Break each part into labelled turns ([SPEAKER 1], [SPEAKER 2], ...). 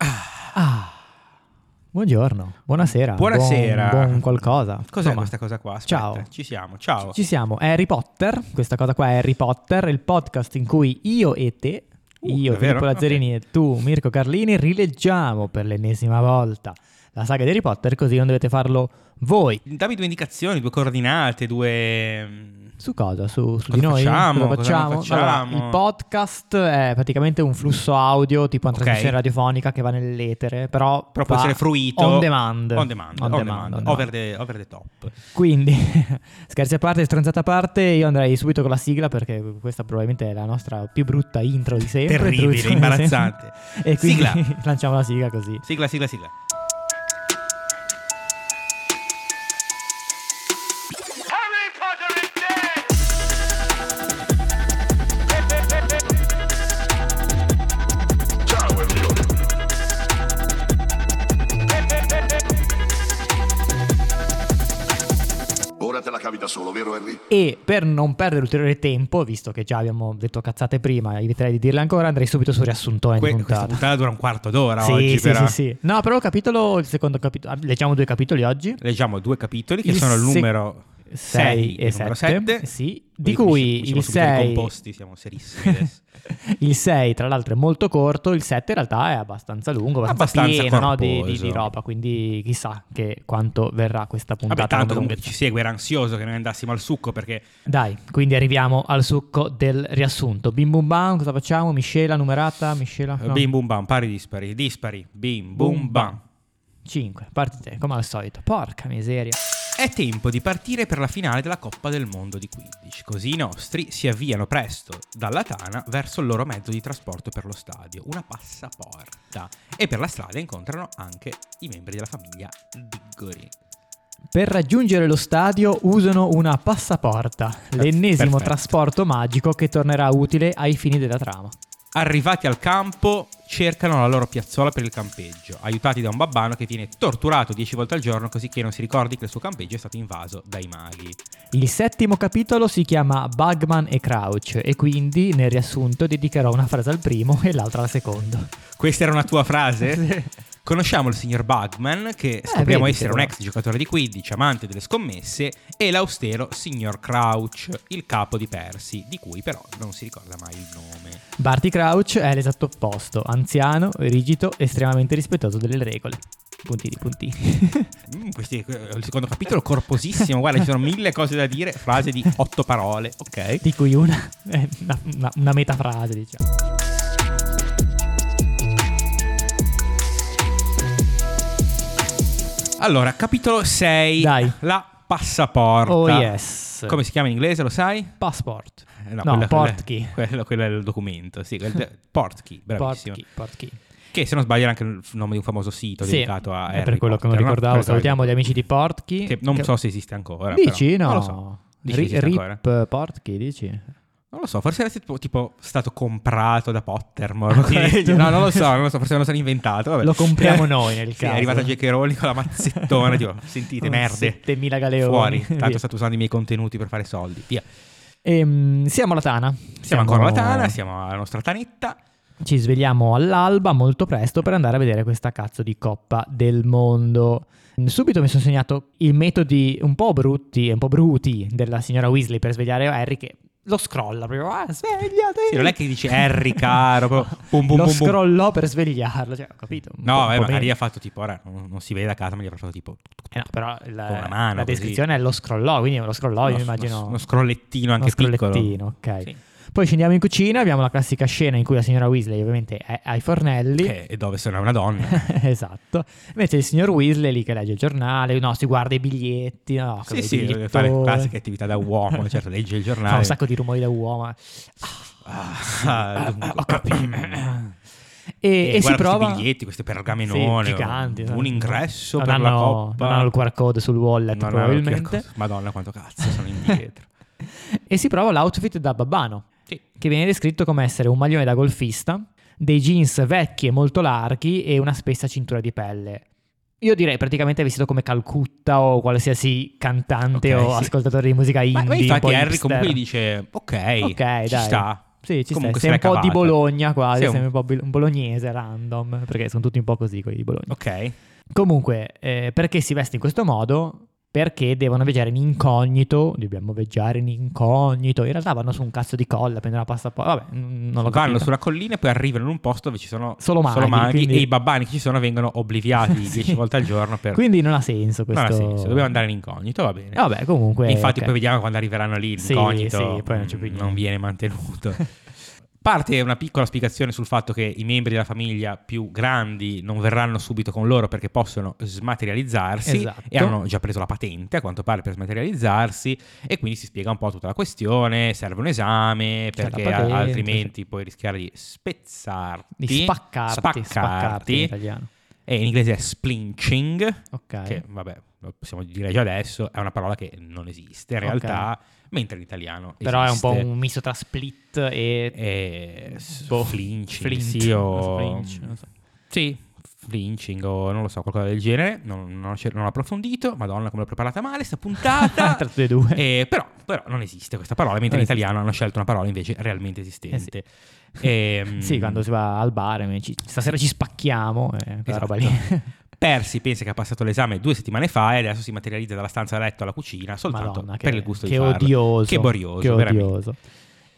[SPEAKER 1] Ah. Buongiorno, buonasera.
[SPEAKER 2] Buonasera.
[SPEAKER 1] Buon, buon qualcosa.
[SPEAKER 2] Cos'è
[SPEAKER 1] Insomma,
[SPEAKER 2] questa cosa qua? Aspetta,
[SPEAKER 1] ciao.
[SPEAKER 2] Ci siamo, ciao.
[SPEAKER 1] Ci siamo. È Harry Potter, questa cosa qua è Harry Potter, il podcast in cui io e te,
[SPEAKER 2] Uh,
[SPEAKER 1] io
[SPEAKER 2] davvero?
[SPEAKER 1] Filippo Lazzarini e tu Mirko Carlini rileggiamo per l'ennesima volta la saga di Harry Potter così non dovete farlo voi.
[SPEAKER 2] Dammi due indicazioni, due coordinate, due... mm,
[SPEAKER 1] Su cosa? Su, su
[SPEAKER 2] Cosa
[SPEAKER 1] di noi?
[SPEAKER 2] facciamo?
[SPEAKER 1] Cosa
[SPEAKER 2] Cosa non
[SPEAKER 1] facciamo?
[SPEAKER 2] facciamo?
[SPEAKER 1] Allora, il podcast è praticamente un flusso audio, tipo una
[SPEAKER 2] Ok.
[SPEAKER 1] trasmissione radiofonica che va nell'etere, però,
[SPEAKER 2] Però può
[SPEAKER 1] va
[SPEAKER 2] essere fruito.
[SPEAKER 1] on demand.
[SPEAKER 2] On demand,
[SPEAKER 1] On
[SPEAKER 2] on
[SPEAKER 1] demand,
[SPEAKER 2] demand,
[SPEAKER 1] on demand.
[SPEAKER 2] Over, the, over the top.
[SPEAKER 1] Quindi, scherzi a parte, stronzate a parte, io andrei subito con la sigla perché questa probabilmente è la nostra più brutta intro di sempre.
[SPEAKER 2] Terribile,
[SPEAKER 1] introduzione di
[SPEAKER 2] imbarazzante.
[SPEAKER 1] sempre. E quindi
[SPEAKER 2] Sigla.
[SPEAKER 1] lanciamo la sigla così.
[SPEAKER 2] Sigla, sigla, sigla.
[SPEAKER 3] Harry Potter is dead! Hip, hip, hip, hip. Hip, hip, hip, hip.
[SPEAKER 4] Ora te la cavi da solo, vero Henry?
[SPEAKER 1] E per non perdere ulteriore tempo, visto che già abbiamo detto cazzate prima, eviterei di dirle ancora, andrei subito sul riassuntone
[SPEAKER 2] Que-
[SPEAKER 1] di
[SPEAKER 2] questa
[SPEAKER 1] puntata.
[SPEAKER 2] puntata dura un quarto d'ora
[SPEAKER 1] Sì,
[SPEAKER 2] oggi,
[SPEAKER 1] sì,
[SPEAKER 2] però.
[SPEAKER 1] sì, sì. No, però il capitolo, il secondo capitolo, leggiamo due capitoli oggi.
[SPEAKER 2] Leggiamo due capitoli che
[SPEAKER 1] Il
[SPEAKER 2] sono il
[SPEAKER 1] se-
[SPEAKER 2] numero
[SPEAKER 1] 6
[SPEAKER 2] 6
[SPEAKER 1] e
[SPEAKER 2] numero
[SPEAKER 1] 7.
[SPEAKER 2] sette.
[SPEAKER 1] Sì,
[SPEAKER 2] Poi
[SPEAKER 1] di
[SPEAKER 2] qui
[SPEAKER 1] cui
[SPEAKER 2] siamo
[SPEAKER 1] il
[SPEAKER 2] subito
[SPEAKER 1] 6
[SPEAKER 2] ricomposti, siamo serissimi adesso.
[SPEAKER 1] Il 6, tra l'altro, è molto corto. Il 7 in realtà è abbastanza lungo, abbastanza,
[SPEAKER 2] Abbastanza
[SPEAKER 1] pieno no, di, di-
[SPEAKER 2] corposo.
[SPEAKER 1] di roba. Quindi chissà che quanto verrà questa puntata.
[SPEAKER 2] Vabbè, tanto
[SPEAKER 1] come
[SPEAKER 2] comunque
[SPEAKER 1] lunghezza.
[SPEAKER 2] ci segue, era ansioso che noi andassimo al succo perché
[SPEAKER 1] Dai, quindi arriviamo al succo del riassunto. Bim bum bam, cosa facciamo? Miscela numerata? Miscela? No.
[SPEAKER 2] Eh, bim bum bam, pari dispari, dispari, bim bum bam.
[SPEAKER 1] 5, parti te, come al solito. Porca miseria.
[SPEAKER 2] È tempo di partire per la finale della Coppa del Mondo di 15, così i nostri si avviano presto dalla Tana verso il loro mezzo di trasporto per lo stadio, una passaporta, e per la strada incontrano anche i membri della famiglia Diggori.
[SPEAKER 1] Per raggiungere lo stadio usano una passaporta, l'ennesimo
[SPEAKER 2] perfetto.
[SPEAKER 1] trasporto magico che tornerà utile ai fini della trama.
[SPEAKER 2] Arrivati al campo, cercano la loro piazzola per il campeggio, aiutati da un babbano che viene torturato 10 volte al giorno così che non si ricordi che il suo campeggio è stato invaso dai maghi.
[SPEAKER 1] Il settimo capitolo si chiama Bugman e Crouch e quindi nel riassunto dedicherò una frase al primo e l'altra al secondo.
[SPEAKER 2] Questa era una tua frase? Conosciamo il signor Bugman, che scopriamo
[SPEAKER 1] Eh, vedi
[SPEAKER 2] essere
[SPEAKER 1] che
[SPEAKER 2] un
[SPEAKER 1] no.
[SPEAKER 2] ex giocatore di 15, amante delle scommesse, e l'austero signor Crouch, il capo di Percy, di cui però non si ricorda mai il nome.
[SPEAKER 1] Barty Crouch è l'esatto opposto, anziano, rigido, estremamente rispettoso delle regole. Puntini, puntini.
[SPEAKER 2] Mm, questi- il secondo capitolo corposissimo, guarda, ci sono mille cose da dire, frase di otto parole, ok?
[SPEAKER 1] Di cui una è una, una, una metafrase, diciamo.
[SPEAKER 2] Allora, capitolo 6,
[SPEAKER 1] Dai.
[SPEAKER 2] la passaporta.
[SPEAKER 1] Oh yes.
[SPEAKER 2] Come si chiama in inglese, lo sai?
[SPEAKER 1] Passport.
[SPEAKER 2] Eh,
[SPEAKER 1] No,
[SPEAKER 2] quella-
[SPEAKER 1] portkey.
[SPEAKER 2] Quello, quello è il documento, sì, quel- portkey, bravissimo.
[SPEAKER 1] Portkey, portkey.
[SPEAKER 2] Che se non sbaglio era anche il f- nome di un famoso sito
[SPEAKER 1] Sì,
[SPEAKER 2] dedicato a
[SPEAKER 1] è
[SPEAKER 2] Harry
[SPEAKER 1] per quello che
[SPEAKER 2] Potter,
[SPEAKER 1] non
[SPEAKER 2] no?
[SPEAKER 1] ricordavo.
[SPEAKER 2] Quello
[SPEAKER 1] Salutiamo gli amici di Portkey.
[SPEAKER 2] che non so se esiste ancora.
[SPEAKER 1] Dici?
[SPEAKER 2] però.
[SPEAKER 1] No.
[SPEAKER 2] Non lo so. Dici che
[SPEAKER 1] Ri-
[SPEAKER 2] esiste ancora?
[SPEAKER 1] Rip Portkey, dici?
[SPEAKER 2] Non lo so, forse era tipo, tipo stato comprato da Pottermore.
[SPEAKER 1] Addirittura.
[SPEAKER 2] no, non lo so, non lo so, forse me lo sono inventato. vabbè.
[SPEAKER 1] Ah, certo. Lo compriamo noi, nel
[SPEAKER 2] Sì,
[SPEAKER 1] caso.
[SPEAKER 2] È arrivata J.K. Rowling con la mazzettona, tipo, sentite,
[SPEAKER 1] Un
[SPEAKER 2] merde.
[SPEAKER 1] 7.000 galeoni.
[SPEAKER 2] Fuori,
[SPEAKER 1] Via.
[SPEAKER 2] tanto state usando i miei contenuti per fare soldi. Via. Siamo,
[SPEAKER 1] Ehm, siamo alla Tana.
[SPEAKER 2] ancora alla tana, siamo alla nostra tanetta.
[SPEAKER 1] Ci svegliamo all'alba molto presto per andare a vedere questa cazzo di Coppa del Mondo. Mm, Subito mi sono segnato i metodi un po' brutti e un po' bruti della signora Weasley per svegliare Harry che lo scrolla proprio, ah, svegliati!
[SPEAKER 2] Sì, non è che dice Harry, caro, proprio, bum, bum,
[SPEAKER 1] lo
[SPEAKER 2] bum, bum.
[SPEAKER 1] scrollò per svegliarlo, cioè, ho capito. un po'-
[SPEAKER 2] No,
[SPEAKER 1] un
[SPEAKER 2] eh,
[SPEAKER 1] po'
[SPEAKER 2] magari
[SPEAKER 1] meno.
[SPEAKER 2] ha fatto tipo, ora non, non si vede da casa, ma gli avrà fatto tipo
[SPEAKER 1] Eh no, però la,
[SPEAKER 2] con una mano,
[SPEAKER 1] la
[SPEAKER 2] così.
[SPEAKER 1] descrizione è lo scrollò, quindi lo scrollò, io
[SPEAKER 2] uno-
[SPEAKER 1] mi immagino...
[SPEAKER 2] uno, uno scrollettino anche
[SPEAKER 1] uno scrollettino,
[SPEAKER 2] piccolo.
[SPEAKER 1] ok.
[SPEAKER 2] Sì.
[SPEAKER 1] Poi scendiamo in cucina, abbiamo la classica scena in cui la signora Weasley ovviamente è ai fornelli.
[SPEAKER 2] Che- e dove sono una donna.
[SPEAKER 1] esatto. Invece il signor Weasley lì che legge il giornale, no, si guarda i biglietti, no,
[SPEAKER 2] sì,
[SPEAKER 1] cos'è,
[SPEAKER 2] sì,
[SPEAKER 1] il
[SPEAKER 2] deve fare
[SPEAKER 1] bigliettone.
[SPEAKER 2] classiche attività da uomo, certo, legge il giornale.
[SPEAKER 1] Fa un sacco di rumori da uomo. Ah,
[SPEAKER 2] Ah,
[SPEAKER 1] ah,
[SPEAKER 2] dunque.
[SPEAKER 1] ho capito. e,
[SPEAKER 2] E,
[SPEAKER 1] e si
[SPEAKER 2] guarda
[SPEAKER 1] prova
[SPEAKER 2] questi biglietti, queste pergamenone,
[SPEAKER 1] Sì, giganti,
[SPEAKER 2] un
[SPEAKER 1] no.
[SPEAKER 2] ingresso
[SPEAKER 1] Non
[SPEAKER 2] per la
[SPEAKER 1] hanno-
[SPEAKER 2] coppa.
[SPEAKER 1] Non hanno il QR code sul wallet
[SPEAKER 2] Non hanno
[SPEAKER 1] probabilmente.
[SPEAKER 2] il QR code. Madonna, quanto cazzo sono indietro.
[SPEAKER 1] E si prova l'outfit da babbano,
[SPEAKER 2] Sì.
[SPEAKER 1] che viene descritto come essere un maglione da golfista, dei jeans vecchi e molto larghi e una spessa cintura di pelle. Io direi praticamente vestito come Calcutta o qualsiasi cantante
[SPEAKER 2] Ok,
[SPEAKER 1] o
[SPEAKER 2] sì.
[SPEAKER 1] ascoltatore di musica indie.
[SPEAKER 2] Ma, ma
[SPEAKER 1] un po'
[SPEAKER 2] infatti Harry
[SPEAKER 1] hipster.
[SPEAKER 2] comunque gli dice ok,
[SPEAKER 1] Ok,
[SPEAKER 2] ci
[SPEAKER 1] dai.
[SPEAKER 2] sta.
[SPEAKER 1] Sì, ci
[SPEAKER 2] Comunque
[SPEAKER 1] stai. Sei
[SPEAKER 2] se l'è
[SPEAKER 1] un po' di
[SPEAKER 2] cavata.
[SPEAKER 1] Bologna quasi,
[SPEAKER 2] Sei un-
[SPEAKER 1] sei un po' bi- un bolognese random, perché sono tutti un po' così quelli di Bologna.
[SPEAKER 2] Ok.
[SPEAKER 1] Comunque, eh, perché si veste in questo modo? Perché devono viaggiare in incognito, dobbiamo viaggiare in incognito. In realtà vanno su un cazzo di colla, prendono la passaporto. Vabbè, n- non lo
[SPEAKER 2] Vanno
[SPEAKER 1] capisco.
[SPEAKER 2] sulla collina e poi arrivano in un posto dove ci sono
[SPEAKER 1] Solo maghi, quindi-
[SPEAKER 2] e i babbani che ci sono vengono obliviati
[SPEAKER 1] Sì.
[SPEAKER 2] 10 Ah, volte al giorno per...
[SPEAKER 1] Quindi non ha senso questo.
[SPEAKER 2] Non ha senso, dobbiamo andare in incognito, va bene.
[SPEAKER 1] Eh, Vabbè, comunque.
[SPEAKER 2] Infatti
[SPEAKER 1] ok.
[SPEAKER 2] poi vediamo quando arriveranno lì
[SPEAKER 1] Sì,
[SPEAKER 2] l'incognito
[SPEAKER 1] sì, poi non c'è più
[SPEAKER 2] mm,
[SPEAKER 1] niente.
[SPEAKER 2] viene mantenuto. Parte una piccola spiegazione sul fatto che i membri della famiglia più grandi non verranno subito con loro perché possono smaterializzarsi
[SPEAKER 1] Esatto.
[SPEAKER 2] e hanno già preso la patente a quanto pare per smaterializzarsi e quindi si spiega un po' tutta la questione, serve un esame
[SPEAKER 1] C'è la
[SPEAKER 2] perché
[SPEAKER 1] patente,
[SPEAKER 2] a- altrimenti puoi rischiare di spezzarti,
[SPEAKER 1] Di spaccarti, spaccarti. in
[SPEAKER 2] spaccarti
[SPEAKER 1] italiano.
[SPEAKER 2] e in inglese è splinching
[SPEAKER 1] Ok.
[SPEAKER 2] che vabbè, lo possiamo dire già adesso, è una parola che non esiste in realtà, mentre in italiano
[SPEAKER 1] Però è un
[SPEAKER 2] esiste.
[SPEAKER 1] po' un misto tra split e.
[SPEAKER 2] E... s-
[SPEAKER 1] Boh,
[SPEAKER 2] flinching,
[SPEAKER 1] flint,
[SPEAKER 2] sì, o...
[SPEAKER 1] flinch, non so.
[SPEAKER 2] Sì, flinching o non lo so, qualcosa del genere, non, non, c'è- non ho approfondito, madonna come l'ho preparata male sta puntata.
[SPEAKER 1] Tra tutte e due.
[SPEAKER 2] Eh, però, però non esiste questa parola, mentre
[SPEAKER 1] Non Eh
[SPEAKER 2] in italiano hanno scelto una parola invece realmente esistente. Ehm,
[SPEAKER 1] Sì, quando si va al bar, mi dici, stasera ci spacchiamo, eh, quella
[SPEAKER 2] Esatto.
[SPEAKER 1] roba lì.
[SPEAKER 2] Persi pensa che ha passato l'esame due settimane fa e adesso si materializza dalla stanza a letto alla cucina soltanto
[SPEAKER 1] Madonna, che,
[SPEAKER 2] per il gusto
[SPEAKER 1] che
[SPEAKER 2] di farlo.
[SPEAKER 1] odioso.
[SPEAKER 2] Che borioso,
[SPEAKER 1] che
[SPEAKER 2] veramente.
[SPEAKER 1] odioso.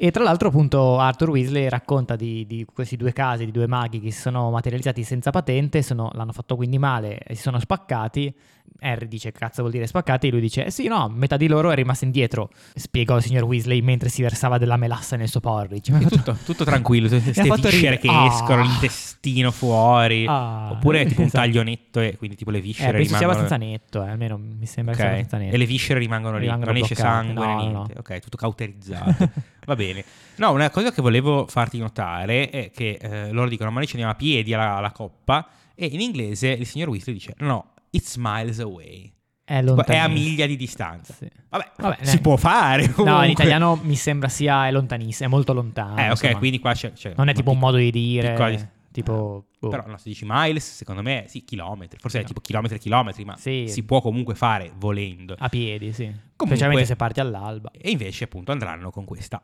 [SPEAKER 1] E tra l'altro appunto Arthur Weasley racconta di, di questi due casi di due maghi che si sono materializzati senza patente, sono- l'hanno fatto quindi male e si sono spaccati. Harry dice cazzo vuol dire spaccati e lui dice "Eh sì no, metà di loro è rimasta indietro, spiegò il signor Weasley mentre si versava della melassa nel suo porridge. Eh, Mi ha fatto-
[SPEAKER 2] Tutto, tutto tranquillo, queste
[SPEAKER 1] fatto
[SPEAKER 2] viscere
[SPEAKER 1] ridere.
[SPEAKER 2] che
[SPEAKER 1] Ah.
[SPEAKER 2] escono, l'intestino fuori,
[SPEAKER 1] Ah.
[SPEAKER 2] oppure tipo un
[SPEAKER 1] Esatto.
[SPEAKER 2] taglionetto e quindi tipo le
[SPEAKER 1] Eh,
[SPEAKER 2] viscere
[SPEAKER 1] penso sia
[SPEAKER 2] rimangono...
[SPEAKER 1] abbastanza netto, eh, almeno mi sembra che
[SPEAKER 2] Ok.
[SPEAKER 1] sia abbastanza netto.
[SPEAKER 2] E le viscere rimangono lì,
[SPEAKER 1] Rimangono
[SPEAKER 2] non esce
[SPEAKER 1] bloccate.
[SPEAKER 2] sangue,
[SPEAKER 1] No, no,
[SPEAKER 2] niente. Ok, tutto cauterizzato. Va bene. No, una cosa che volevo farti notare è che eh, loro dicono: Ma noi ci andiamo a piedi alla, alla coppa. E in inglese il signor Weasley dice: No, it's miles away.
[SPEAKER 1] È,
[SPEAKER 2] Tipo, È a
[SPEAKER 1] lontanissimo.
[SPEAKER 2] miglia di distanza.
[SPEAKER 1] Sì.
[SPEAKER 2] Vabbè,
[SPEAKER 1] Vabbè,
[SPEAKER 2] si
[SPEAKER 1] ne-
[SPEAKER 2] può fare.
[SPEAKER 1] No,
[SPEAKER 2] comunque.
[SPEAKER 1] in italiano mi sembra sia è lontanissimo, è molto lontano.
[SPEAKER 2] Eh, ok,
[SPEAKER 1] insomma.
[SPEAKER 2] quindi qua c'è. c'è
[SPEAKER 1] non è
[SPEAKER 2] una
[SPEAKER 1] tipo un
[SPEAKER 2] pic-
[SPEAKER 1] modo di dire,
[SPEAKER 2] piccola dis-
[SPEAKER 1] tipo boh.
[SPEAKER 2] Ah, Però no, se dici miles, secondo me sì, chilometri. Forse è tipo chilometri e chilometri, ma
[SPEAKER 1] Sì.
[SPEAKER 2] si può comunque fare volendo.
[SPEAKER 1] a piedi, sì.
[SPEAKER 2] Comunque-
[SPEAKER 1] Specialmente se parti all'alba.
[SPEAKER 2] E invece appunto andranno con questa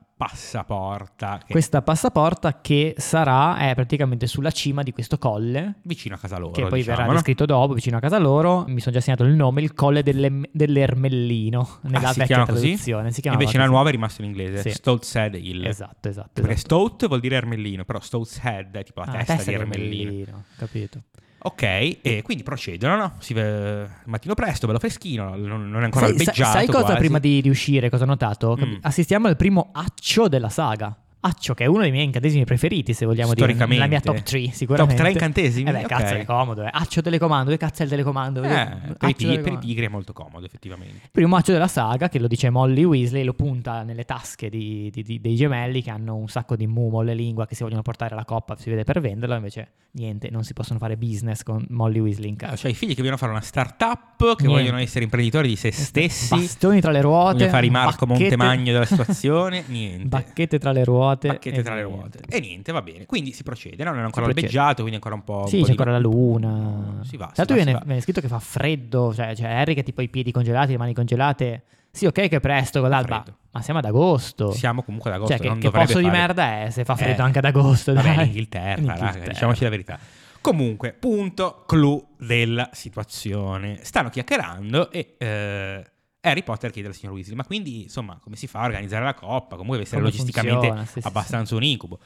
[SPEAKER 2] passaporta che
[SPEAKER 1] Questa passaporta che sarà è praticamente sulla cima di questo colle
[SPEAKER 2] vicino a casa loro.
[SPEAKER 1] che poi
[SPEAKER 2] diciamo,
[SPEAKER 1] verrà
[SPEAKER 2] no?
[SPEAKER 1] descritto dopo vicino a casa loro. Mi sono già segnato il nome, il colle delle- dell'Ermellino
[SPEAKER 2] Ah,
[SPEAKER 1] nella
[SPEAKER 2] si
[SPEAKER 1] vecchia
[SPEAKER 2] chiama così?
[SPEAKER 1] traduzione, si chiamava
[SPEAKER 2] Invece la
[SPEAKER 1] così.
[SPEAKER 2] nuova è rimasta in inglese.
[SPEAKER 1] Sì.
[SPEAKER 2] Stout Said Hill.
[SPEAKER 1] Esatto, esatto.
[SPEAKER 2] Perché
[SPEAKER 1] esatto.
[SPEAKER 2] Stout vuol dire ermellino, però Stout's Head è tipo la
[SPEAKER 1] Ah,
[SPEAKER 2] testa, di ermellino.
[SPEAKER 1] ermellino, capito.
[SPEAKER 2] Ok, e quindi procedono, no? Si ve- il mattino presto, bello freschino, non, non è ancora
[SPEAKER 1] sai,
[SPEAKER 2] albeggiato
[SPEAKER 1] sai cosa
[SPEAKER 2] quasi.
[SPEAKER 1] prima di, di uscire, cosa ho notato? Che
[SPEAKER 2] Mm.
[SPEAKER 1] Assistiamo al primo accio della saga. Accio, che è uno dei miei incantesimi preferiti, se vogliamo dire.
[SPEAKER 2] Storicamente.
[SPEAKER 1] La mia top 3, sicuramente.
[SPEAKER 2] Top 3 incantesimi?
[SPEAKER 1] Eh beh,
[SPEAKER 2] Ok.
[SPEAKER 1] cazzo, è comodo. Eh. Accio telecomando, che cazzo è il telecomando?
[SPEAKER 2] Eh,
[SPEAKER 1] Accio
[SPEAKER 2] per, i pi- per i
[SPEAKER 1] telecomando.
[SPEAKER 2] pigri è molto comodo, effettivamente.
[SPEAKER 1] Il primo accio della saga, che lo dice Molly Weasley, lo punta nelle tasche di- di- di- dei gemelli che hanno un sacco di mumole, lingua che si vogliono portare alla coppa, si vede per venderla, invece niente, non si possono fare business con Molly Weasley in casa.
[SPEAKER 2] Ah, Cioè, i figli che vogliono fare una startup,
[SPEAKER 1] Niente.
[SPEAKER 2] che vogliono essere imprenditori di se stessi,
[SPEAKER 1] Bastoni tra le ruote.
[SPEAKER 2] vogliono fare i Marco
[SPEAKER 1] bacchette-
[SPEAKER 2] Montemagno della situazione, niente.
[SPEAKER 1] Bacchette tra le ruote.
[SPEAKER 2] Bacchette
[SPEAKER 1] e
[SPEAKER 2] tra le
[SPEAKER 1] niente.
[SPEAKER 2] ruote. E niente, va bene. Quindi si procede, no? Non è ancora
[SPEAKER 1] Si procede.
[SPEAKER 2] albeggiato, quindi ancora un po'. un
[SPEAKER 1] Sì,
[SPEAKER 2] po'
[SPEAKER 1] c'è
[SPEAKER 2] di-
[SPEAKER 1] ancora la luna.
[SPEAKER 2] Si va.
[SPEAKER 1] Tra
[SPEAKER 2] si
[SPEAKER 1] l'altro
[SPEAKER 2] va, si
[SPEAKER 1] viene,
[SPEAKER 2] va.
[SPEAKER 1] viene scritto che fa freddo, cioè, cioè Harry che ha tipo i piedi congelati, le mani congelate. Sì, ok che è presto con l'alba,
[SPEAKER 2] Freddo.
[SPEAKER 1] ma siamo ad agosto.
[SPEAKER 2] Siamo comunque ad agosto.
[SPEAKER 1] cioè, che,
[SPEAKER 2] non
[SPEAKER 1] che
[SPEAKER 2] dovrebbe
[SPEAKER 1] posto di
[SPEAKER 2] fare-
[SPEAKER 1] merda è se fa freddo
[SPEAKER 2] Eh,
[SPEAKER 1] anche ad agosto?
[SPEAKER 2] Vabbè,
[SPEAKER 1] dai.
[SPEAKER 2] l'Inghilterra, raga,
[SPEAKER 1] L'Inghilterra.
[SPEAKER 2] diciamoci la verità. Comunque, punto clou della situazione. Stanno chiacchierando e eh, Harry Potter chiede al signor Weasley, ma quindi, insomma, come si fa a organizzare la coppa? Comunque deve essere
[SPEAKER 1] Come
[SPEAKER 2] logisticamente
[SPEAKER 1] funziona? Sì, sì,
[SPEAKER 2] abbastanza un incubo.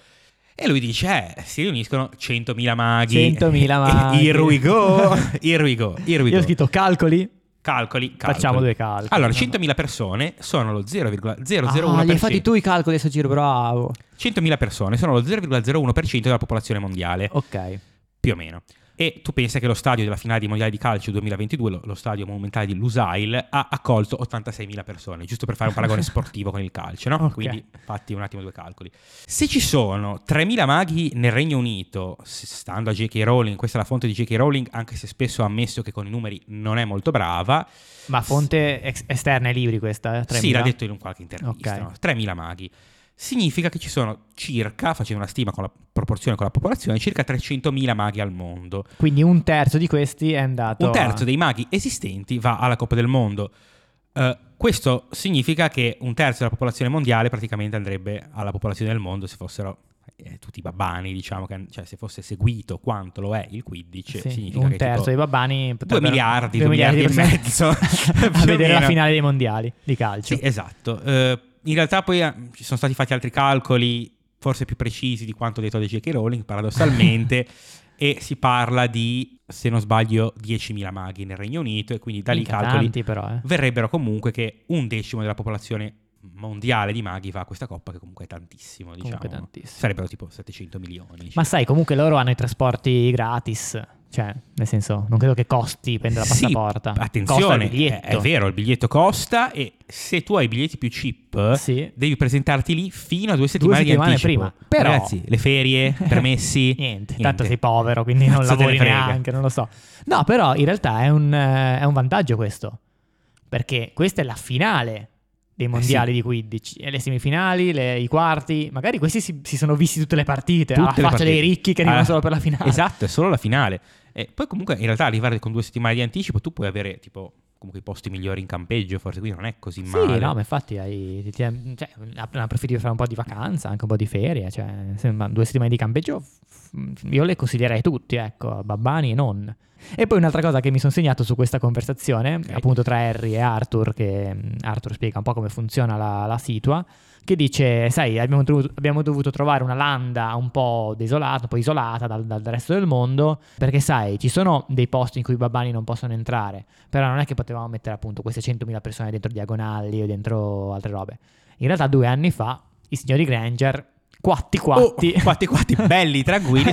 [SPEAKER 2] E lui dice, eh, si riuniscono 100.000 maghi.
[SPEAKER 1] 100.000 maghi.
[SPEAKER 2] Here we go, here we go, here we
[SPEAKER 1] Io ho
[SPEAKER 2] go.
[SPEAKER 1] scritto calcoli,
[SPEAKER 2] Calcoli, calcoli.
[SPEAKER 1] facciamo due calcoli.
[SPEAKER 2] Allora,
[SPEAKER 1] No, no.
[SPEAKER 2] 100.000 persone sono lo 0,001%.
[SPEAKER 1] Ah, li hai fatti tu i calcoli adesso giro, bravo.
[SPEAKER 2] 100.000 persone sono lo 0,01% della popolazione mondiale
[SPEAKER 1] Oh. Ok.
[SPEAKER 2] più o meno. E tu pensa che lo stadio della finale dei mondiali di calcio 2022, lo, lo stadio monumentale di Lusail, ha accolto 86.000 persone, giusto per fare un paragone sportivo con il calcio, no?
[SPEAKER 1] Ok.
[SPEAKER 2] Quindi fatti un attimo due calcoli. Se ci sono 3.000 maghi nel Regno Unito, s- stando a J.K. Rowling, questa è la fonte di J.K. Rowling, anche se spesso ha ammesso che con i numeri non è molto brava,
[SPEAKER 1] Ma fonte ex- esterna ai libri questa? Eh? 3.000?
[SPEAKER 2] sì, l'ha detto in un qualche intervista.
[SPEAKER 1] Ok.
[SPEAKER 2] no? 3.000 maghi. Significa che ci sono circa, facendo una stima con la proporzione con la popolazione, circa 300.000 maghi al mondo.
[SPEAKER 1] Quindi un terzo di questi è andato
[SPEAKER 2] Un terzo
[SPEAKER 1] a-
[SPEAKER 2] dei maghi esistenti va alla Coppa del Mondo. Eh, questo significa che un terzo della popolazione mondiale praticamente andrebbe alla popolazione del mondo se fossero eh, tutti i babbani, diciamo, che, han- cioè se fosse seguito quanto lo è il Quidditch,
[SPEAKER 1] Sì,
[SPEAKER 2] significa
[SPEAKER 1] un
[SPEAKER 2] che
[SPEAKER 1] terzo dei
[SPEAKER 2] tipo
[SPEAKER 1] babbani potrebbero-
[SPEAKER 2] miliardi,
[SPEAKER 1] due
[SPEAKER 2] due miliardi
[SPEAKER 1] di
[SPEAKER 2] e
[SPEAKER 1] persone
[SPEAKER 2] mezzo, più
[SPEAKER 1] a
[SPEAKER 2] o
[SPEAKER 1] vedere la
[SPEAKER 2] meno.
[SPEAKER 1] finale dei mondiali di calcio.
[SPEAKER 2] Sì, esatto. Eh, in realtà poi eh, ci sono stati fatti altri calcoli, forse più precisi di quanto detto da J.K. Rowling, paradossalmente, e si parla di, se non sbaglio, 10.000 maghi nel Regno Unito e quindi da lì i
[SPEAKER 1] Minchia,
[SPEAKER 2] calcoli
[SPEAKER 1] tanti però, eh.
[SPEAKER 2] verrebbero comunque che un decimo della popolazione mondiale di maghi va a questa coppa, che comunque è tantissimo, diciamo.
[SPEAKER 1] Comunque tantissimo.
[SPEAKER 2] Sarebbero tipo 700 milioni. cioè.
[SPEAKER 1] Ma sai, comunque loro hanno i trasporti gratis. Cioè, nel senso, non credo che costi prendere la passaporta.
[SPEAKER 2] Sì,
[SPEAKER 1] Costa
[SPEAKER 2] attenzione,
[SPEAKER 1] il
[SPEAKER 2] è,
[SPEAKER 1] biglietto.
[SPEAKER 2] è vero, il biglietto costa e se tu hai i biglietti più cheap,
[SPEAKER 1] Sì.
[SPEAKER 2] devi presentarti lì fino a due settimane,
[SPEAKER 1] settimane
[SPEAKER 2] di anticipo.
[SPEAKER 1] prima. Però-
[SPEAKER 2] Ragazzi, le ferie, permessi,
[SPEAKER 1] Niente, tanto sei povero, quindi non
[SPEAKER 2] Cazzo te ne
[SPEAKER 1] lavori
[SPEAKER 2] frega.
[SPEAKER 1] neanche, non lo so. No, però in realtà è un, eh, è un vantaggio questo. Perché questa è la finale dei mondiali
[SPEAKER 2] Eh sì.
[SPEAKER 1] di Quidditch. E le semifinali, le- i quarti. Magari questi si, si sono visti tutte le partite.
[SPEAKER 2] Tutte
[SPEAKER 1] alla
[SPEAKER 2] le
[SPEAKER 1] faccia
[SPEAKER 2] partite.
[SPEAKER 1] ah, dei ricchi che arrivano
[SPEAKER 2] Ah,
[SPEAKER 1] solo per la finale.
[SPEAKER 2] Esatto, è solo la finale. E poi comunque in realtà arrivare con due settimane di anticipo, tu puoi avere tipo comunque i posti migliori in campeggio, forse quindi non è così
[SPEAKER 1] Sì,
[SPEAKER 2] male.
[SPEAKER 1] no, ma infatti hai, ti- ti- cioè, app- approfitti per fare un po' di vacanza, anche un po' di ferie, cioè, se- ma due settimane di campeggio f- io le consiglierei tutti, ecco, babbani e non. E poi un'altra cosa che mi sono segnato su questa conversazione, appunto tra Harry e Arthur, che mh, Arthur spiega un po' come funziona la, la situa, che dice, sai, abbiamo, dovuto- abbiamo dovuto trovare una landa un po' desolata, un po' isolata dal, dal resto del mondo, perché sai, ci sono dei posti in cui i babbani non possono entrare, però non è che potevamo mettere appunto queste 100.000 persone dentro diagonali o dentro altre robe. In realtà due anni fa i signori Granger, quatti quatti,
[SPEAKER 2] Oh, quatti quatti, belli, tranquilli,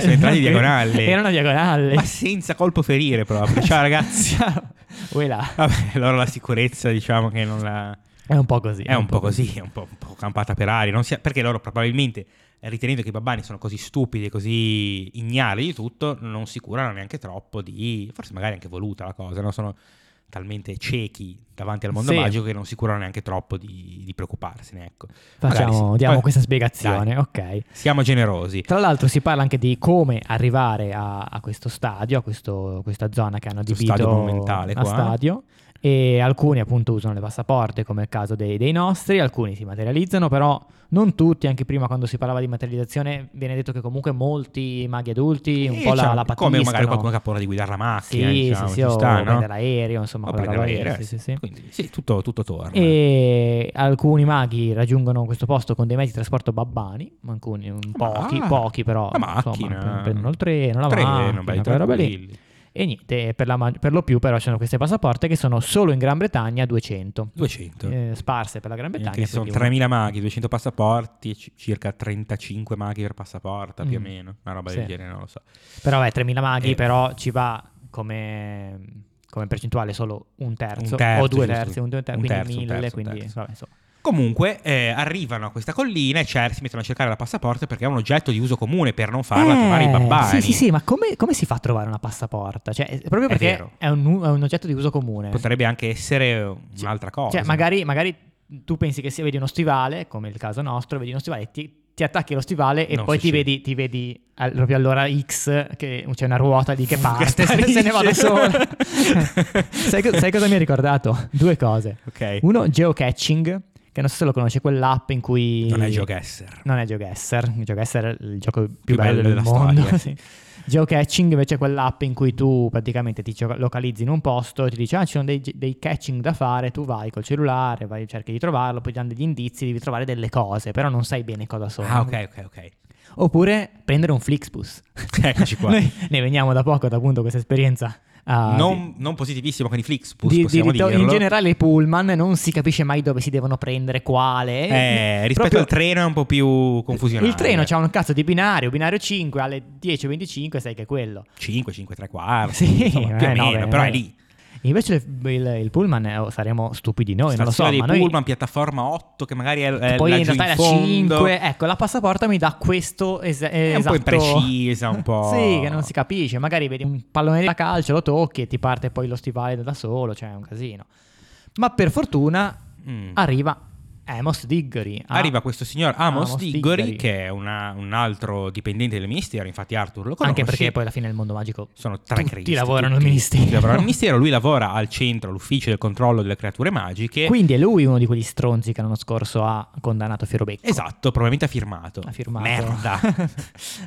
[SPEAKER 2] sono entrati in diagonale.
[SPEAKER 1] Erano diagonali.
[SPEAKER 2] Ma senza colpo ferire proprio. Ciao ragazzi.
[SPEAKER 1] Uè là,
[SPEAKER 2] Vabbè, allora la sicurezza diciamo che non la...
[SPEAKER 1] è un po' così. ecco.
[SPEAKER 2] È un po' così, è un po', un po' campata per aria, non sia- perché loro probabilmente, eh, ritenendo che i babbani sono così stupidi, e così ignari di tutto, non si curano neanche troppo di... forse magari anche voluta la cosa, no? sono talmente ciechi davanti al mondo
[SPEAKER 1] Sì.
[SPEAKER 2] magico che non si curano neanche troppo di, di preoccuparsene, ecco. Magari
[SPEAKER 1] Facciamo,
[SPEAKER 2] sì.
[SPEAKER 1] diamo
[SPEAKER 2] Poi-
[SPEAKER 1] questa spiegazione,
[SPEAKER 2] Dai,
[SPEAKER 1] ok.
[SPEAKER 2] Siamo generosi.
[SPEAKER 1] Tra l'altro si parla anche di come arrivare a, a questo stadio, a questo- questa zona che hanno
[SPEAKER 2] Questo
[SPEAKER 1] adibito
[SPEAKER 2] stadio monumentale
[SPEAKER 1] a
[SPEAKER 2] qua.
[SPEAKER 1] stadio e alcuni appunto usano le passaporte come il caso dei, dei nostri, alcuni si materializzano però non tutti, anche prima quando si parlava di materializzazione viene detto che comunque molti maghi adulti un
[SPEAKER 2] E,
[SPEAKER 1] po' la,
[SPEAKER 2] diciamo,
[SPEAKER 1] la
[SPEAKER 2] Come magari
[SPEAKER 1] patiscono.
[SPEAKER 2] qualcuno che ha paura di guidare la
[SPEAKER 1] sì,
[SPEAKER 2] macchina, diciamo,
[SPEAKER 1] sì, sì,
[SPEAKER 2] ci
[SPEAKER 1] o
[SPEAKER 2] sta, no?
[SPEAKER 1] prendere l'aereo, insomma,
[SPEAKER 2] O
[SPEAKER 1] quella
[SPEAKER 2] prendere
[SPEAKER 1] roba lì,
[SPEAKER 2] l'aereo,
[SPEAKER 1] sì,
[SPEAKER 2] eh,
[SPEAKER 1] sì, sì.
[SPEAKER 2] Quindi sì, tutto, tutto torna.
[SPEAKER 1] E alcuni maghi raggiungono questo posto con dei mezzi di trasporto babbani, ma alcuni, un pochi,
[SPEAKER 2] Ma-
[SPEAKER 1] pochi però.
[SPEAKER 2] La macchina.
[SPEAKER 1] insomma, pre- prendono il treno, la
[SPEAKER 2] Treno,
[SPEAKER 1] macchina,
[SPEAKER 2] vai,
[SPEAKER 1] quella roba lì.
[SPEAKER 2] tranquilli.
[SPEAKER 1] E niente, per, la ma- per lo più però ci sono queste passaporte che sono solo in Gran Bretagna 200.
[SPEAKER 2] 200.
[SPEAKER 1] eh, sparse per la Gran Bretagna.
[SPEAKER 2] Anche se Certo. sono
[SPEAKER 1] quindi
[SPEAKER 2] 3.000 maghi, 200 passaporti, ci- circa 35 maghi per passaporta, più o
[SPEAKER 1] Mm.
[SPEAKER 2] meno, una roba
[SPEAKER 1] Sì.
[SPEAKER 2] del genere, non lo so.
[SPEAKER 1] uno- Però è 3.000 maghi,
[SPEAKER 2] Eh.
[SPEAKER 1] però ci va come, come percentuale solo un terzo,
[SPEAKER 2] Un terzo,
[SPEAKER 1] o due
[SPEAKER 2] giusto.
[SPEAKER 1] terzi, un, due terzi,
[SPEAKER 2] Un
[SPEAKER 1] quindi
[SPEAKER 2] terzo, un
[SPEAKER 1] 1.000,
[SPEAKER 2] terzo, un
[SPEAKER 1] quindi
[SPEAKER 2] terzo.
[SPEAKER 1] vabbè, insomma.
[SPEAKER 2] Comunque eh, arrivano a questa collina e cer- si mettono a cercare la passaporta perché è un oggetto di uso comune per non farla trovare i
[SPEAKER 1] Eh,
[SPEAKER 2] babbani.
[SPEAKER 1] Sì, sì, sì, ma come, come si fa a trovare una passaporta? Cioè, è proprio
[SPEAKER 2] È
[SPEAKER 1] perché
[SPEAKER 2] vero.
[SPEAKER 1] è, un, è un oggetto di uso comune.
[SPEAKER 2] Potrebbe anche essere un'altra cosa.
[SPEAKER 1] Cioè, magari, magari tu pensi che se vedi uno stivale, come il caso nostro, vedi uno stivale, ti, ti attacchi allo stivale e
[SPEAKER 2] Non
[SPEAKER 1] poi ti
[SPEAKER 2] succede.
[SPEAKER 1] vedi, ti vedi al- proprio all'ora X che c'è una ruota lì che parte,
[SPEAKER 2] Che
[SPEAKER 1] se ne vado
[SPEAKER 2] sparisce.
[SPEAKER 1] solo. sai, co- sai cosa mi ha ricordato? Due cose.
[SPEAKER 2] Ok.
[SPEAKER 1] Uno, geocaching, che non so se lo conosce, quell'app in cui...
[SPEAKER 2] Non è GeoGuessr.
[SPEAKER 1] Non è GeoGuessr, GeoGuessr è il gioco più,
[SPEAKER 2] Più
[SPEAKER 1] bello,
[SPEAKER 2] bello
[SPEAKER 1] del
[SPEAKER 2] della
[SPEAKER 1] mondo.
[SPEAKER 2] storia.
[SPEAKER 1] sì. Geocaching invece è quell'app in cui tu praticamente ti geo- localizzi in un posto, ti dice ah ci sono dei, dei catching da fare, tu vai col cellulare, vai, cerchi di trovarlo, poi ti danno degli indizi, devi trovare delle cose, però non sai bene cosa sono.
[SPEAKER 2] Ah, ok, ok, ok.
[SPEAKER 1] Oppure prendere un Flixbus.
[SPEAKER 2] Eccoci qua.
[SPEAKER 1] Noi ne veniamo da poco da appunto questa esperienza. ah,
[SPEAKER 2] non, non positivissimo con i Flixbus,
[SPEAKER 1] di- di-
[SPEAKER 2] possiamo
[SPEAKER 1] di- di-
[SPEAKER 2] dirlo.
[SPEAKER 1] in generale i pullman non si capisce mai dove si devono prendere, quale.
[SPEAKER 2] Eh, rispetto
[SPEAKER 1] Proprio-
[SPEAKER 2] al treno è un po' più confusionario.
[SPEAKER 1] il treno c'ha un cazzo di binario, binario 5 alle 10.25, sai che è quello.
[SPEAKER 2] 5, 5 3 quarti,
[SPEAKER 1] Sì,
[SPEAKER 2] insomma, più
[SPEAKER 1] eh,
[SPEAKER 2] o
[SPEAKER 1] no,
[SPEAKER 2] meno,
[SPEAKER 1] beh,
[SPEAKER 2] però
[SPEAKER 1] eh.
[SPEAKER 2] è lì.
[SPEAKER 1] Invece il, il- il pullman eh, oh, saremo stupidi noi, non lo so,
[SPEAKER 2] Stazione
[SPEAKER 1] ma
[SPEAKER 2] dei
[SPEAKER 1] noi
[SPEAKER 2] pullman, piattaforma 8 che magari è, è
[SPEAKER 1] poi
[SPEAKER 2] laggiù
[SPEAKER 1] in realtà
[SPEAKER 2] in
[SPEAKER 1] era
[SPEAKER 2] fondo.
[SPEAKER 1] 5, ecco, la passaporta mi dà questo es-
[SPEAKER 2] È un po' imprecisa, un po'.
[SPEAKER 1] esatto. Sì, che non si capisce, magari vedi un pallone da calcio, lo tocchi e ti parte poi lo stivale da solo, cioè è un casino. Ma per fortuna
[SPEAKER 2] Mm.
[SPEAKER 1] arriva Amos Diggory. Ah,
[SPEAKER 2] Arriva questo signor Amos,
[SPEAKER 1] Amos
[SPEAKER 2] Diggory,
[SPEAKER 1] Diggory.
[SPEAKER 2] che è una- un altro dipendente del ministero, infatti Arthur lo conosce.
[SPEAKER 1] Anche perché poi alla fine il mondo magico
[SPEAKER 2] sono tre
[SPEAKER 1] tutti
[SPEAKER 2] cristi,
[SPEAKER 1] lavorano
[SPEAKER 2] tutti-
[SPEAKER 1] al ministero.
[SPEAKER 2] tutti lavorano al ministero, lui lavora al centro, all'ufficio del controllo delle creature magiche.
[SPEAKER 1] Quindi è lui uno di quegli stronzi che l'anno scorso ha condannato Fiorobecco.
[SPEAKER 2] Esatto, probabilmente ha firmato.
[SPEAKER 1] Ha firmato.
[SPEAKER 2] Merda.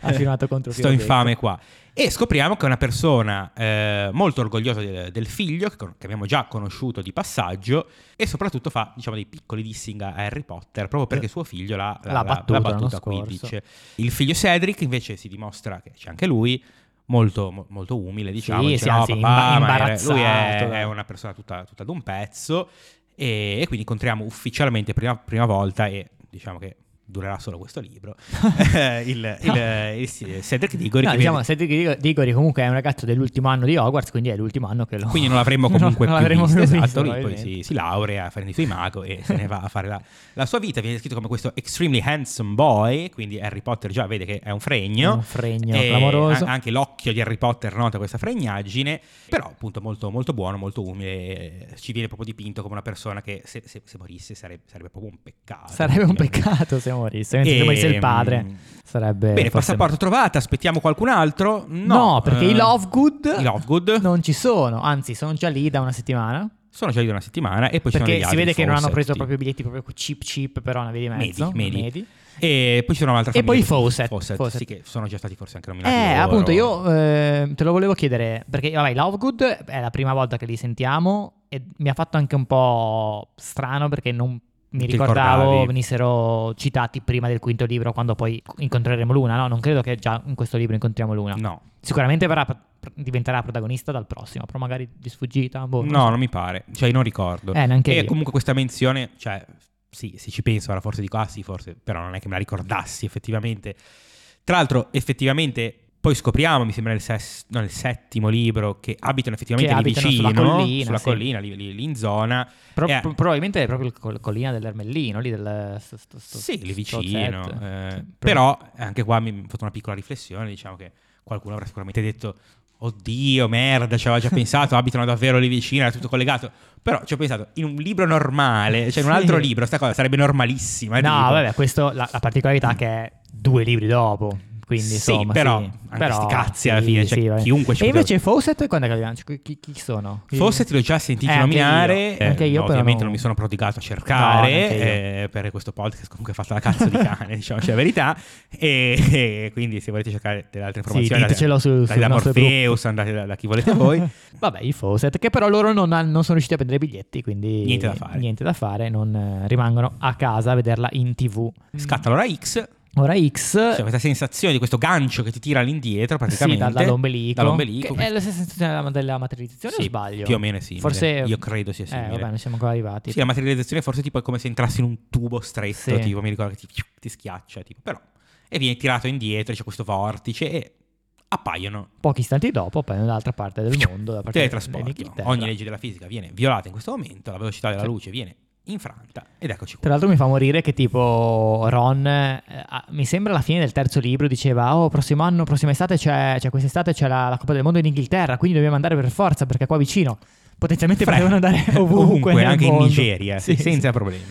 [SPEAKER 1] Ha firmato contro
[SPEAKER 2] Sto
[SPEAKER 1] Fiorobecco.
[SPEAKER 2] infame qua. E scopriamo che è una persona eh, molto orgogliosa del, del figlio, che, con- che abbiamo già conosciuto di passaggio, e soprattutto fa, diciamo, dei piccoli dissing a Harry Potter, proprio perché suo figlio l'ha,
[SPEAKER 1] Eh, L'ha battuto l'anno
[SPEAKER 2] battuta qui,
[SPEAKER 1] scorso.
[SPEAKER 2] dice. Il figlio Cedric invece si dimostra che c'è anche lui, molto, mo- molto umile, diciamo.
[SPEAKER 1] Sì,
[SPEAKER 2] dice,
[SPEAKER 1] sì,
[SPEAKER 2] "No,
[SPEAKER 1] anzi,
[SPEAKER 2] papà,
[SPEAKER 1] imba-
[SPEAKER 2] ma era- lui è,
[SPEAKER 1] imbarazzato".
[SPEAKER 2] è una persona tutta, tutta d'un pezzo, e, e quindi incontriamo ufficialmente prima, prima volta e diciamo che durerà solo questo libro eh, il, il, il, il Cedric Diggory
[SPEAKER 1] No,
[SPEAKER 2] che
[SPEAKER 1] diciamo,
[SPEAKER 2] viene-
[SPEAKER 1] Cedric Diggory- Diggory comunque è un ragazzo dell'ultimo anno di Hogwarts, quindi è l'ultimo anno che lo...
[SPEAKER 2] quindi non l'avremmo
[SPEAKER 1] No,
[SPEAKER 2] comunque
[SPEAKER 1] non
[SPEAKER 2] più
[SPEAKER 1] l'avremmo
[SPEAKER 2] visto,
[SPEAKER 1] più visto,
[SPEAKER 2] esatto, lui poi si,
[SPEAKER 1] probabilmente.
[SPEAKER 2] si laurea fa i suoi mago e se ne va a fare la, la sua vita viene descritto come questo extremely handsome boy quindi Harry Potter già vede che è un fregno
[SPEAKER 1] È un fregno
[SPEAKER 2] E
[SPEAKER 1] clamoroso.
[SPEAKER 2] an- anche l'occhio di Harry Potter nota questa fregnaggine però appunto molto, molto buono molto umile eh, ci viene proprio dipinto come una persona che se, se- se morisse sarebbe, sarebbe proprio un peccato
[SPEAKER 1] Sarebbe un
[SPEAKER 2] Quindi-
[SPEAKER 1] peccato se morisse, mentre se morisse il
[SPEAKER 2] Ehm,
[SPEAKER 1] padre sarebbe...
[SPEAKER 2] Bene,
[SPEAKER 1] forse-
[SPEAKER 2] passaporto trovato, aspettiamo qualcun altro? No,
[SPEAKER 1] No, perché i
[SPEAKER 2] ehm,
[SPEAKER 1] Lovegood,
[SPEAKER 2] I Lovegood
[SPEAKER 1] non ci sono, anzi sono già lì da una settimana.
[SPEAKER 2] sono già lì da una settimana e poi ci sono
[SPEAKER 1] Perché
[SPEAKER 2] degli
[SPEAKER 1] si vede
[SPEAKER 2] altri
[SPEAKER 1] che non hanno
[SPEAKER 2] Fawcett.
[SPEAKER 1] preso proprio i biglietti proprio cheap cheap per una via di mezzo.
[SPEAKER 2] Medi, Medi. E poi ci sono un'altra
[SPEAKER 1] E poi
[SPEAKER 2] famiglia,
[SPEAKER 1] i Fawcett,
[SPEAKER 2] Fawcett,
[SPEAKER 1] Fawcett.
[SPEAKER 2] sì, che sono già stati forse anche nominati
[SPEAKER 1] Eh,
[SPEAKER 2] loro.
[SPEAKER 1] appunto, io eh, te lo volevo chiedere, perché vabbè, i Lovegood è la prima volta che li sentiamo e mi ha fatto anche un po' strano perché non mi
[SPEAKER 2] Ti
[SPEAKER 1] ricordavo
[SPEAKER 2] ricordavi.
[SPEAKER 1] venissero citati prima del quinto libro quando poi incontreremo Luna, no? Non credo che già in questo libro incontriamo Luna.
[SPEAKER 2] No,
[SPEAKER 1] Sicuramente verrà- pr- diventerà protagonista dal prossimo, però magari di sfuggita, boh, non
[SPEAKER 2] no,
[SPEAKER 1] so.
[SPEAKER 2] non mi pare, cioè io non ricordo.
[SPEAKER 1] Eh, neanche
[SPEAKER 2] e
[SPEAKER 1] io.
[SPEAKER 2] comunque questa menzione, cioè, sì, se ci penso, allora forse dico, ah sì, forse, però non è che me la ricordassi effettivamente. Tra l'altro, effettivamente, poi scopriamo, mi sembra nel, ses- no, nel settimo libro, che abitano effettivamente
[SPEAKER 1] Che
[SPEAKER 2] lì
[SPEAKER 1] abitano
[SPEAKER 2] vicino,
[SPEAKER 1] sulla collina,
[SPEAKER 2] sulla
[SPEAKER 1] sì.
[SPEAKER 2] collina, lì- lì- lì in zona,
[SPEAKER 1] Pro-
[SPEAKER 2] Eh.
[SPEAKER 1] pro- probabilmente è proprio il col- collina dell'Ermellino, lì del... sto- sto- sto-
[SPEAKER 2] Sì, lì
[SPEAKER 1] sto
[SPEAKER 2] vicino.
[SPEAKER 1] set.
[SPEAKER 2] eh,
[SPEAKER 1] Sì,
[SPEAKER 2] Esatto. però eh, anche qua mi ho fatto una piccola riflessione, diciamo che qualcuno avrà sicuramente detto Oddio, merda, ci aveva già pensato, abitano davvero lì vicino, era tutto collegato. Però ci ho pensato, in un libro normale, cioè in un
[SPEAKER 1] Sì.
[SPEAKER 2] altro libro, sta cosa sarebbe normalissima. eh,
[SPEAKER 1] No,
[SPEAKER 2] dico.
[SPEAKER 1] vabbè, questo la, la particolarità che è due libri dopo. Quindi,
[SPEAKER 2] Sì,
[SPEAKER 1] insomma,
[SPEAKER 2] però,
[SPEAKER 1] sì.
[SPEAKER 2] anche sti cazzi alla fine, cioè,
[SPEAKER 1] vabbè.
[SPEAKER 2] chiunque ci
[SPEAKER 1] E
[SPEAKER 2] poteva-
[SPEAKER 1] invece Fawcett, quando è che arriviamo? Cioè, chi, chi sono? Chi-
[SPEAKER 2] Forse ti l'ho già sentito
[SPEAKER 1] Eh, anche
[SPEAKER 2] nominare,
[SPEAKER 1] io. Anche
[SPEAKER 2] eh,
[SPEAKER 1] io,
[SPEAKER 2] no,
[SPEAKER 1] però
[SPEAKER 2] ovviamente
[SPEAKER 1] no.
[SPEAKER 2] non mi sono prodigato a
[SPEAKER 1] No, neanche
[SPEAKER 2] cercare
[SPEAKER 1] io.
[SPEAKER 2] eh, per questo podcast comunque fatto la cazzo di cane, diciamoci la verità, e, e quindi se volete cercare delle altre
[SPEAKER 1] Sì,
[SPEAKER 2] informazioni
[SPEAKER 1] ditecelo su-
[SPEAKER 2] andate,
[SPEAKER 1] sul
[SPEAKER 2] da
[SPEAKER 1] nostro
[SPEAKER 2] Morpheus, andate da, da chi volete voi,
[SPEAKER 1] Vabbè, i Fawcett, che però loro non, han- non sono riusciti a prendere i biglietti, quindi
[SPEAKER 2] Niente da fare.
[SPEAKER 1] niente da fare, non eh, rimangono a casa a vederla in tv.
[SPEAKER 2] scatta l'ora X,
[SPEAKER 1] Ora X,
[SPEAKER 2] c'è questa sensazione di questo gancio che ti tira all'indietro
[SPEAKER 1] Eh. sì,
[SPEAKER 2] praticamente.
[SPEAKER 1] da- dall'ombelico,
[SPEAKER 2] dall'ombelico.
[SPEAKER 1] che è la stessa sensazione della, della materializzazione
[SPEAKER 2] Sì,
[SPEAKER 1] o sbaglio?
[SPEAKER 2] più o meno è simile.
[SPEAKER 1] Forse...
[SPEAKER 2] Io credo sia simile.
[SPEAKER 1] Eh, vabbè, non siamo ancora arrivati.
[SPEAKER 2] Sì, la materializzazione forse tipo è come se entrassi in un tubo stretto,
[SPEAKER 1] Sì.
[SPEAKER 2] tipo mi ricordo che ti, ti schiaccia, tipo, però. E viene tirato indietro, c'è questo vortice e appaiono
[SPEAKER 1] Pochi istanti dopo, poi nell'altra parte del mondo, da parte
[SPEAKER 2] teletrasporto.
[SPEAKER 1] dell'Inghilterra.
[SPEAKER 2] Ogni legge della fisica viene violata in questo momento, la velocità della luce viene infranta ed eccoci
[SPEAKER 1] Tra
[SPEAKER 2] qua.
[SPEAKER 1] l'altro mi fa morire che tipo Ron, eh, a- mi sembra alla fine del terzo libro, diceva oh prossimo anno, prossima estate c'è, cioè quest'estate c'è la, la Coppa del Mondo in Inghilterra, quindi dobbiamo andare per forza perché è qua vicino. Potenzialmente
[SPEAKER 2] Fra-
[SPEAKER 1] potevano andare ovunque, nel
[SPEAKER 2] anche in
[SPEAKER 1] mondo.
[SPEAKER 2] Nigeria, sì,
[SPEAKER 1] Sì,
[SPEAKER 2] senza
[SPEAKER 1] sì.
[SPEAKER 2] problemi.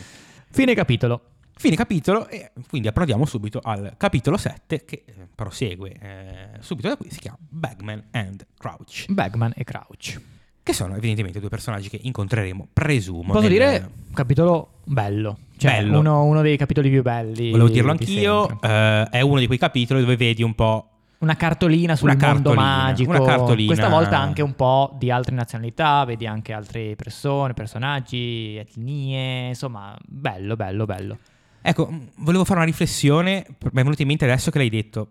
[SPEAKER 1] Fine capitolo.
[SPEAKER 2] Fine capitolo e quindi approdiamo subito al capitolo 7 che eh, prosegue eh, subito da qui, si chiama Bagman and Crouch,
[SPEAKER 1] Bagman e Crouch.
[SPEAKER 2] che sono evidentemente due personaggi che incontreremo, presumo.
[SPEAKER 1] Posso
[SPEAKER 2] nel-
[SPEAKER 1] dire capitolo bello. Cioè
[SPEAKER 2] Bello.
[SPEAKER 1] Uno, uno dei capitoli più belli.
[SPEAKER 2] Volevo dirlo
[SPEAKER 1] di
[SPEAKER 2] anch'io,
[SPEAKER 1] sempre.
[SPEAKER 2] eh, è uno di quei capitoli dove vedi un po'
[SPEAKER 1] Una cartolina sul
[SPEAKER 2] Una
[SPEAKER 1] mondo
[SPEAKER 2] cartolina,
[SPEAKER 1] magico.
[SPEAKER 2] una cartolina.
[SPEAKER 1] Questa volta anche un po' di altre nazionalità, vedi anche altre persone, personaggi, etnie, insomma, bello, bello, bello.
[SPEAKER 2] Ecco, mh, volevo fare una riflessione, p- mi è venuta in mente adesso che l'hai detto,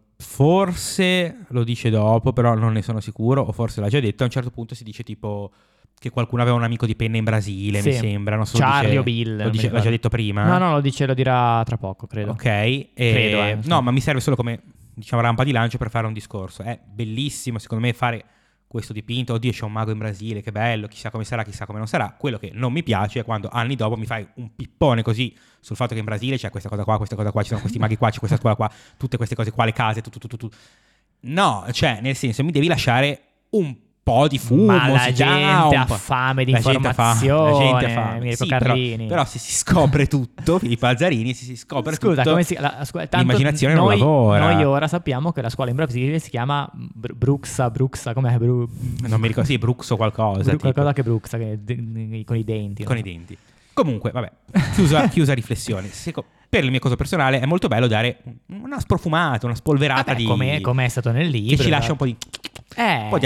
[SPEAKER 2] forse lo dice dopo, però non ne sono sicuro, o forse l'ha già detto, a un certo punto si dice tipo che qualcuno aveva un amico di penna in Brasile,
[SPEAKER 1] Sì.
[SPEAKER 2] mi sembra, non so, lo
[SPEAKER 1] Charlie
[SPEAKER 2] dice-
[SPEAKER 1] o Bill,
[SPEAKER 2] lo
[SPEAKER 1] non mi
[SPEAKER 2] dice- l'ha
[SPEAKER 1] ricordo.
[SPEAKER 2] già detto prima?
[SPEAKER 1] No, no, lo dice, lo dirà tra poco, credo.
[SPEAKER 2] Ok, e-
[SPEAKER 1] Credo, eh,
[SPEAKER 2] no,
[SPEAKER 1] sì.
[SPEAKER 2] ma mi serve solo come diciamo rampa di lancio per fare un discorso. È bellissimo, secondo me, fare questo dipinto. Oddio, c'è un mago in Brasile, che bello, chissà come sarà, chissà come non sarà. Quello che non mi piace è quando anni dopo mi fai un pippone così sul fatto che in Brasile c'è questa cosa qua, questa cosa qua, ci sono questi maghi qua, c'è questa scuola qua, tutte queste cose qua, le case, tutto, tutto, tutto. No, cioè, nel senso, mi devi lasciare un po' di fumo.
[SPEAKER 1] Ma la
[SPEAKER 2] si dà
[SPEAKER 1] gente
[SPEAKER 2] un
[SPEAKER 1] ha
[SPEAKER 2] po'.
[SPEAKER 1] fame di
[SPEAKER 2] La gente ha fame, La gente ha
[SPEAKER 1] informazione,
[SPEAKER 2] fame.
[SPEAKER 1] Mirko
[SPEAKER 2] Sì, però,
[SPEAKER 1] Carrini.
[SPEAKER 2] però se si scopre tutto, Filippo Azzarini, se si scopre
[SPEAKER 1] Scusa,
[SPEAKER 2] tutto.
[SPEAKER 1] come si la, scu- tanto
[SPEAKER 2] l'immaginazione non
[SPEAKER 1] noi,
[SPEAKER 2] lavora.
[SPEAKER 1] Noi ora sappiamo che la scuola improbabile si chiama Br- Bruxa, Bruxa, com'è? Bru-
[SPEAKER 2] Non mi ricordo, sì, Bruxo qualcosa.
[SPEAKER 1] Bru-
[SPEAKER 2] tipo.
[SPEAKER 1] qualcosa che Bruxa, che de- con i denti.
[SPEAKER 2] con i denti. Comunque, vabbè, chiusa, chiusa riflessione. Seco- per la mia cosa personale è molto bello dare un- una sprofumata, una spolverata di...
[SPEAKER 1] come, è stato nel libro. esatto.
[SPEAKER 2] che ci lascia un po' di...
[SPEAKER 1] Eh,
[SPEAKER 2] po' di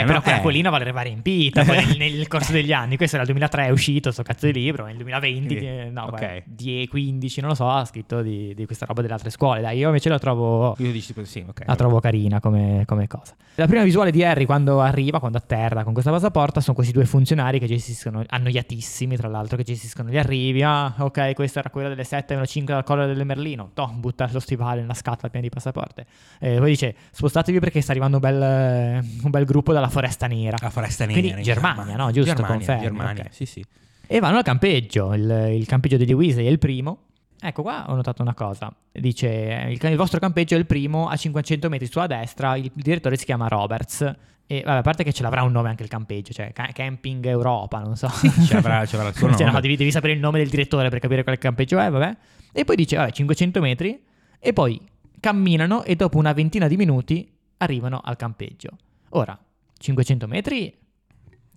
[SPEAKER 1] eh, però
[SPEAKER 2] no?
[SPEAKER 1] quell'acquolina valeva in pita poi nel, nel corso degli anni. Questo era il 2003, è uscito sto cazzo di libro. Nel 2020,
[SPEAKER 2] Quindi,
[SPEAKER 1] eh, no,
[SPEAKER 2] ok.
[SPEAKER 1] beh, 10, 15, non lo so, ha scritto di, di questa roba delle altre scuole. Dai, io invece la trovo,
[SPEAKER 2] Io dici tipo, sì, ok.
[SPEAKER 1] la
[SPEAKER 2] vabbè.
[SPEAKER 1] trovo carina come, come cosa. La prima visuale di Harry quando arriva, quando atterra con questa passaporta, sono questi due funzionari che gestiscono, annoiatissimi tra l'altro, che gestiscono gli arrivi. Ah, ok, questa era quella delle 7, meno 5 dal collo del Merlino. Toh, butta lo stivale nella scatola piena di passaporte. Eh, poi dice, spostatevi perché sta arrivando un bel, eh, un bel gruppo dalla Foresta Nera.
[SPEAKER 2] La foresta nera.
[SPEAKER 1] Quindi
[SPEAKER 2] in
[SPEAKER 1] Germania, no? Giusto,
[SPEAKER 2] Germania,
[SPEAKER 1] confermi,
[SPEAKER 2] Germania,
[SPEAKER 1] ok.
[SPEAKER 2] sì, sì.
[SPEAKER 1] E vanno al campeggio, il, il campeggio degli Weasley è il primo. Ecco qua ho notato una cosa, dice eh, il, il vostro campeggio è il primo a 500 metri sulla destra, il direttore si chiama Roberts e vabbè a parte che ce l'avrà un nome anche il campeggio, cioè ca- Camping Europa, non so.
[SPEAKER 2] Ci avrà, ci avrà il suo
[SPEAKER 1] Cioè, no,
[SPEAKER 2] nome.
[SPEAKER 1] devi, devi sapere il nome del direttore per capire quale campeggio è, vabbè. E poi dice, vabbè, 500 metri e poi camminano e dopo una ventina di minuti arrivano al campeggio. Ora, 500 metri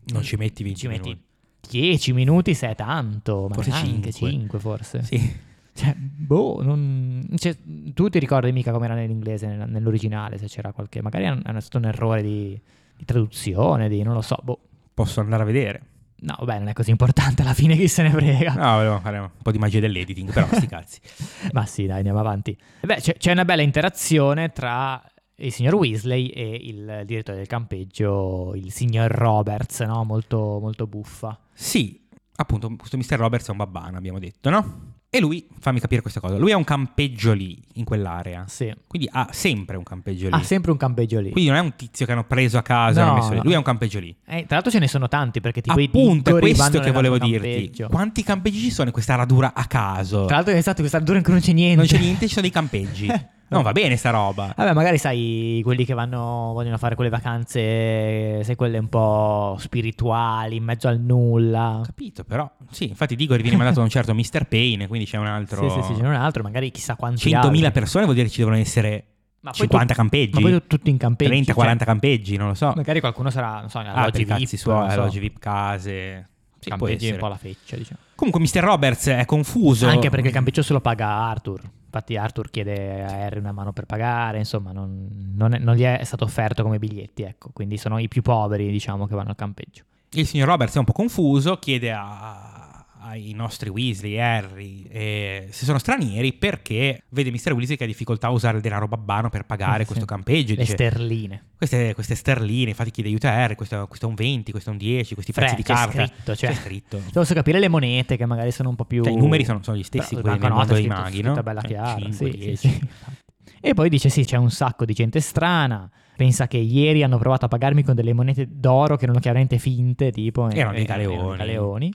[SPEAKER 2] Non ci metti 20
[SPEAKER 1] ci metti
[SPEAKER 2] minuti.
[SPEAKER 1] 10 minuti se è tanto, ma
[SPEAKER 2] Forse
[SPEAKER 1] anche
[SPEAKER 2] cinque.
[SPEAKER 1] 5 forse.
[SPEAKER 2] Sì.
[SPEAKER 1] Cioè, boh, non... cioè, tu ti ricordi mica com'era nell'inglese, nel- nell'originale, se c'era qualche... Magari è un- è stato un errore di, di traduzione, di non lo so, boh.
[SPEAKER 2] Posso andare a vedere.
[SPEAKER 1] No, vabbè, non è così importante, alla fine chi se ne frega.
[SPEAKER 2] No, volevo fare un po' di magia dell'editing, però sti cazzi.
[SPEAKER 1] Ma sì, dai, andiamo avanti. Beh, c'è, c'è una bella interazione tra il signor Weasley e il direttore del campeggio, il signor Roberts, no? Molto, molto buffa.
[SPEAKER 2] Sì, appunto, questo Mr. Roberts è un babbano, abbiamo detto, no? E lui, fammi capire questa cosa, lui ha un campeggio lì, in quell'area.
[SPEAKER 1] Sì.
[SPEAKER 2] Quindi ha sempre un campeggio lì.
[SPEAKER 1] Ha sempre un campeggio lì.
[SPEAKER 2] Quindi non è un tizio che hanno preso a casa, e
[SPEAKER 1] Ah, No,
[SPEAKER 2] hanno messo lì.
[SPEAKER 1] no.
[SPEAKER 2] lui è un campeggio lì.
[SPEAKER 1] Eh, tra l'altro ce ne sono tanti perché tipo i
[SPEAKER 2] Appunto, è
[SPEAKER 1] pittori
[SPEAKER 2] questo
[SPEAKER 1] vanno
[SPEAKER 2] che
[SPEAKER 1] nel
[SPEAKER 2] volevo dirti.
[SPEAKER 1] campeggio.
[SPEAKER 2] Quanti campeggi ci sono in questa radura a caso?
[SPEAKER 1] Tra l'altro è stato questa dura in cui non c'è niente.
[SPEAKER 2] Non c'è niente, ci sono dei campeggi. Non va bene sta roba.
[SPEAKER 1] Vabbè, magari sai quelli che vanno, vogliono fare quelle vacanze, sai quelle un po' spirituali, in mezzo al nulla.
[SPEAKER 2] Capito, però. Sì, infatti Digori viene mandato da un certo Mr. Payne, quindi c'è un altro...
[SPEAKER 1] Sì, sì, sì, c'è un altro, magari chissà quanti
[SPEAKER 2] 100.000
[SPEAKER 1] altri.
[SPEAKER 2] persone vuol dire che ci devono essere
[SPEAKER 1] Ma poi
[SPEAKER 2] 50
[SPEAKER 1] tu- Ma
[SPEAKER 2] campeggi.
[SPEAKER 1] poi tu- tutti in campeggio.
[SPEAKER 2] 30,
[SPEAKER 1] cioè,
[SPEAKER 2] 40 campeggi, non lo so.
[SPEAKER 1] magari qualcuno sarà, non so, in
[SPEAKER 2] Ah, per
[SPEAKER 1] alloggi
[SPEAKER 2] i
[SPEAKER 1] VIP.
[SPEAKER 2] cazzi suoi,
[SPEAKER 1] non so,
[SPEAKER 2] alloggi VIP, case. Sì, può
[SPEAKER 1] Campeggi un
[SPEAKER 2] essere.
[SPEAKER 1] po' alla feccia, diciamo.
[SPEAKER 2] Comunque Mr. Roberts è confuso.
[SPEAKER 1] Anche perché il campeggio se lo paga Arthur. Infatti Arthur chiede a Harry una mano per pagare, insomma, non, non è- non gli è stato offerto come biglietti, ecco. Quindi sono i più poveri, diciamo, che vanno al campeggio.
[SPEAKER 2] Il signor Roberts è un po' confuso, chiede a- ai nostri Weasley, Harry, eh, se sono stranieri perché vede Mr. Weasley che ha difficoltà a usare il denaro babbano per pagare
[SPEAKER 1] Eh, Sì.
[SPEAKER 2] questo campeggio. e
[SPEAKER 1] Le
[SPEAKER 2] Dice,
[SPEAKER 1] sterline.
[SPEAKER 2] queste, queste sterline, infatti chiede aiuto a Harry, questo, questo è un 20, questo è un 10, questi
[SPEAKER 1] Fre-
[SPEAKER 2] pezzi di
[SPEAKER 1] c'è
[SPEAKER 2] carta.
[SPEAKER 1] scritto, cioè.
[SPEAKER 2] C'è scritto.
[SPEAKER 1] Posso capire le monete che magari sono un po' più...
[SPEAKER 2] Cioè, i numeri sono- sono gli stessi,
[SPEAKER 1] Però
[SPEAKER 2] quelli
[SPEAKER 1] la
[SPEAKER 2] del
[SPEAKER 1] banconota
[SPEAKER 2] mondo
[SPEAKER 1] è
[SPEAKER 2] dei
[SPEAKER 1] scritto-
[SPEAKER 2] maghi,
[SPEAKER 1] scritta
[SPEAKER 2] no?
[SPEAKER 1] bella
[SPEAKER 2] Cioè,
[SPEAKER 1] chiara,
[SPEAKER 2] cinque,
[SPEAKER 1] sì,
[SPEAKER 2] dieci.
[SPEAKER 1] sì, sì. E poi dice sì, c'è un sacco di gente strana. Pensa che ieri hanno provato a pagarmi con delle monete d'oro che erano chiaramente finte, tipo... eh,
[SPEAKER 2] Erano dei
[SPEAKER 1] erano
[SPEAKER 2] galeoni.
[SPEAKER 1] dei galeoni.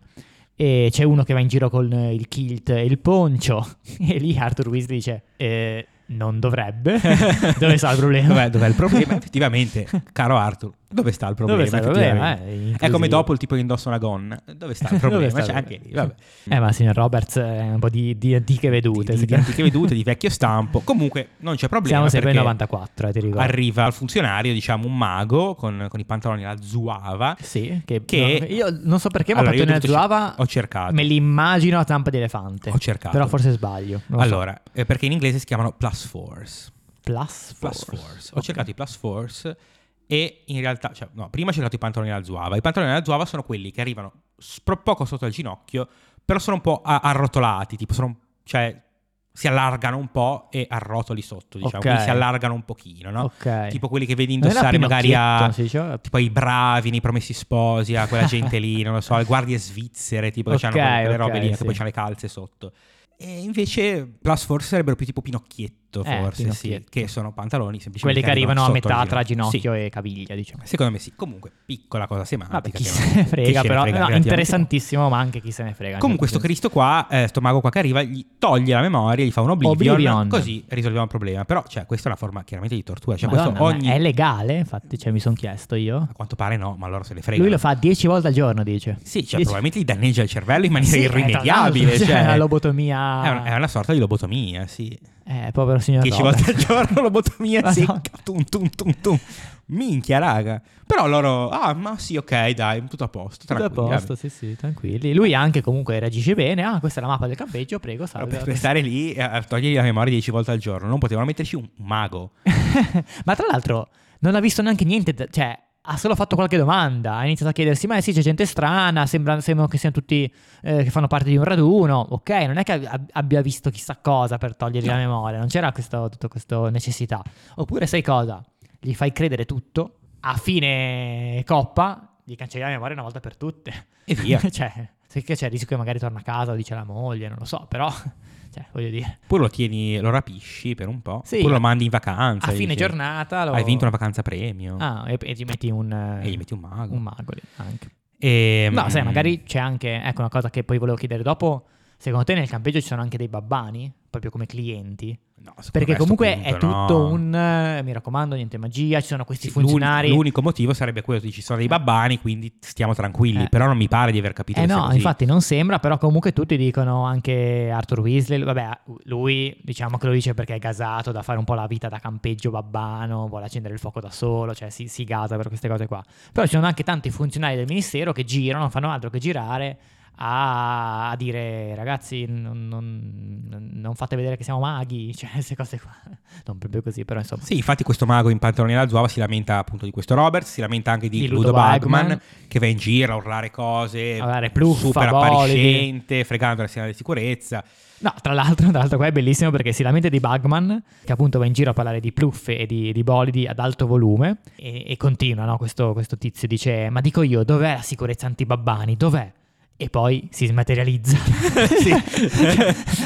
[SPEAKER 1] E c'è uno che va in giro con eh, il kilt e il poncio. E lì Arthur Weasley dice... "Eh, non dovrebbe. Dove sta il problema?
[SPEAKER 2] Dov'è, dov'è il problema? Effettivamente, caro Arthur, dove sta il problema?
[SPEAKER 1] Dove sta il problema?
[SPEAKER 2] Effettivamente.
[SPEAKER 1] Eh,
[SPEAKER 2] È come
[SPEAKER 1] inclusivo.
[SPEAKER 2] dopo il tipo che indossa una gonna. Dove sta il problema?
[SPEAKER 1] Dove sta il
[SPEAKER 2] C'è anche
[SPEAKER 1] problema?
[SPEAKER 2] lì, vabbè.
[SPEAKER 1] Eh, ma signor Roberts è un po' di, di antiche
[SPEAKER 2] Di,
[SPEAKER 1] vedute.
[SPEAKER 2] di, di
[SPEAKER 1] secondo me.
[SPEAKER 2] antiche vedute, di vecchio stampo. Comunque non c'è problema.
[SPEAKER 1] Siamo sempre ai
[SPEAKER 2] perché
[SPEAKER 1] 94, eh, ti ricordo.
[SPEAKER 2] Arriva al funzionario, diciamo, un mago con, con i pantaloni alla zuava.
[SPEAKER 1] Sì, che,
[SPEAKER 2] Che-
[SPEAKER 1] no, io non so perché, ma
[SPEAKER 2] Allora, io
[SPEAKER 1] Patone
[SPEAKER 2] tutto cer-
[SPEAKER 1] Zuava
[SPEAKER 2] ho cercato.
[SPEAKER 1] me li immagino a zampa di elefante.
[SPEAKER 2] Ho cercato.
[SPEAKER 1] Però forse sbaglio. non lo so.
[SPEAKER 2] Allora, eh, perché in inglese si chiamano plus force.
[SPEAKER 1] plus
[SPEAKER 2] Plus
[SPEAKER 1] force.
[SPEAKER 2] force. Ho
[SPEAKER 1] Ok.
[SPEAKER 2] cercato i plus force e in realtà, cioè, no, prima ho cercato i pantaloni alla zuava. I pantaloni alla zuava sono quelli che arrivano spro- poco sotto al ginocchio, però sono un po' a- arrotolati, tipo sono, cioè, si allargano un po' e arrotoli sotto, diciamo,
[SPEAKER 1] Ok.
[SPEAKER 2] quindi si allargano un pochino, no?
[SPEAKER 1] Ok.
[SPEAKER 2] Tipo quelli che vedi
[SPEAKER 1] Non era
[SPEAKER 2] indossare magari a...
[SPEAKER 1] Pinocchietto, si diceva?
[SPEAKER 2] Tipo ai bravi, nei promessi sposi, a quella gente lì, non lo so, alle guardie svizzere, tipo
[SPEAKER 1] Ok,
[SPEAKER 2] che hanno quelle, quelle
[SPEAKER 1] ok,
[SPEAKER 2] robe lì, che
[SPEAKER 1] sì.
[SPEAKER 2] poi c'hanno le calze sotto. E invece Plus Force sarebbero più tipo Pinocchietto. Pinocchietto,
[SPEAKER 1] Eh,
[SPEAKER 2] forse sì,
[SPEAKER 1] Pinocchietto.
[SPEAKER 2] che sono pantaloni semplicemente
[SPEAKER 1] Quelli che arrivano a
[SPEAKER 2] sotto il
[SPEAKER 1] metà tra
[SPEAKER 2] ginocchio.
[SPEAKER 1] ginocchio e caviglia, diciamo.
[SPEAKER 2] Sì, Secondo me sì, comunque piccola cosa semantica.
[SPEAKER 1] Vabbè, chi
[SPEAKER 2] che-
[SPEAKER 1] se ne frega,
[SPEAKER 2] chi
[SPEAKER 1] però
[SPEAKER 2] se ne
[SPEAKER 1] no,
[SPEAKER 2] frega,
[SPEAKER 1] cioè,
[SPEAKER 2] relativamente
[SPEAKER 1] interessantissimo, ma anche chi se ne frega.
[SPEAKER 2] Comunque, sto Cristo qua, eh, sto mago qua che arriva, gli toglie la memoria, gli fa un oblivion,
[SPEAKER 1] Oblivion.
[SPEAKER 2] così risolviamo il problema. Però, cioè, questa è una forma chiaramente di tortura. Cioè,
[SPEAKER 1] Madonna,
[SPEAKER 2] questo
[SPEAKER 1] ma
[SPEAKER 2] ogni...
[SPEAKER 1] È legale, infatti, cioè, mi sono chiesto io.
[SPEAKER 2] A quanto pare no, ma allora se le frega.
[SPEAKER 1] Lui lo fa 10 volte al giorno, dice.
[SPEAKER 2] Sì, cioè,
[SPEAKER 1] Dieci-
[SPEAKER 2] probabilmente gli danneggia il cervello in maniera
[SPEAKER 1] Sì, eh, tra
[SPEAKER 2] irrimediabile.
[SPEAKER 1] l'altro,
[SPEAKER 2] Cioè,
[SPEAKER 1] cioè, una
[SPEAKER 2] È una,
[SPEAKER 1] lobotomia.
[SPEAKER 2] è una sorta di lobotomia, sì.
[SPEAKER 1] Eh, povero signor
[SPEAKER 2] 10
[SPEAKER 1] Robert.
[SPEAKER 2] volte al giorno lobotomia secca.
[SPEAKER 1] Madonna.
[SPEAKER 2] Tum, tum, tum, tum. Minchia, raga. Però loro... Ah, ma sì, ok, dai, tutto a posto.
[SPEAKER 1] Tutto a
[SPEAKER 2] tranquilli,
[SPEAKER 1] posto, sì, sì, tranquilli. Lui anche comunque reagisce bene. Ah, questa è la mappa del campeggio, prego,
[SPEAKER 2] Però
[SPEAKER 1] salve.
[SPEAKER 2] per stare lì eh, a togliergli la memoria 10 volte al giorno, non potevano metterci un mago.
[SPEAKER 1] Ma tra l'altro non ha visto neanche niente, da- cioè ha solo fatto qualche domanda, ha iniziato a chiedersi ma sì c'è gente strana, sembra, sembra che siano tutti eh, che fanno parte di un raduno, ok, non è che ab- abbia visto chissà cosa per togliergli la memoria, non c'era questo, tutta questa necessità. Oppure sai cosa? Gli fai credere tutto, a fine coppa gli cancelli la memoria una volta per tutte.
[SPEAKER 2] E via.
[SPEAKER 1] cioè, sai che c'è il rischio che magari torna a casa o dice alla moglie, non lo so, però, cioè, voglio dire,
[SPEAKER 2] Pure lo tieni, lo rapisci per un po'.
[SPEAKER 1] Sì.
[SPEAKER 2] Oppure lo mandi in vacanza.
[SPEAKER 1] a
[SPEAKER 2] gli
[SPEAKER 1] fine
[SPEAKER 2] dici,
[SPEAKER 1] giornata lo...
[SPEAKER 2] Hai vinto una vacanza premio.
[SPEAKER 1] Ah, e, e gli metti un... eh,
[SPEAKER 2] E gli metti un mago.
[SPEAKER 1] un mago lì, anche.
[SPEAKER 2] Ehm,
[SPEAKER 1] No, sai, magari c'è anche, ecco una cosa che poi volevo chiedere dopo, secondo te nel campeggio ci sono anche dei babbani, proprio come clienti?
[SPEAKER 2] no, secondo me
[SPEAKER 1] Perché
[SPEAKER 2] a sto
[SPEAKER 1] comunque è
[SPEAKER 2] punto no.
[SPEAKER 1] tutto un, eh, mi raccomando, niente magia, ci sono questi
[SPEAKER 2] Sì,
[SPEAKER 1] funzionari.
[SPEAKER 2] l'uni- L'unico motivo sarebbe quello di ci sono dei babbani, quindi stiamo tranquilli.
[SPEAKER 1] Eh.
[SPEAKER 2] Però non mi pare di aver capito.
[SPEAKER 1] eh
[SPEAKER 2] che sia
[SPEAKER 1] no,
[SPEAKER 2] così.
[SPEAKER 1] infatti non sembra, però comunque tutti dicono anche Arthur Weasley, vabbè, lui diciamo che lo dice perché è gasato da fare un po' la vita da campeggio babbano, vuole accendere il fuoco da solo, cioè si, si gasa per queste cose qua. Però ci sono anche tanti funzionari del ministero che girano, non fanno altro che girare a, a dire ragazzi non, non- non fate vedere che siamo maghi, cioè queste cose qua. Non proprio così, però insomma.
[SPEAKER 2] Sì, infatti questo mago in pantaloni alla zuava si lamenta appunto di questo Roberts, si lamenta anche di,
[SPEAKER 1] Di
[SPEAKER 2] Ludo,
[SPEAKER 1] Ludo
[SPEAKER 2] Bagman,
[SPEAKER 1] Bagman.
[SPEAKER 2] che va in giro a urlare cose,
[SPEAKER 1] A urlare pluffa,
[SPEAKER 2] super
[SPEAKER 1] bolidi.
[SPEAKER 2] appariscente, fregando la segnale di sicurezza.
[SPEAKER 1] No, tra l'altro, tra l'altro qua è bellissimo perché si lamenta di Bugman, che appunto va in giro a parlare di pluffe e di, di bolidi ad alto volume, e, e continua, no? Questo, questo tizio dice, ma dico io, dov'è la sicurezza antibabbani? Dov'è? E poi si smaterializza.
[SPEAKER 2] Sì.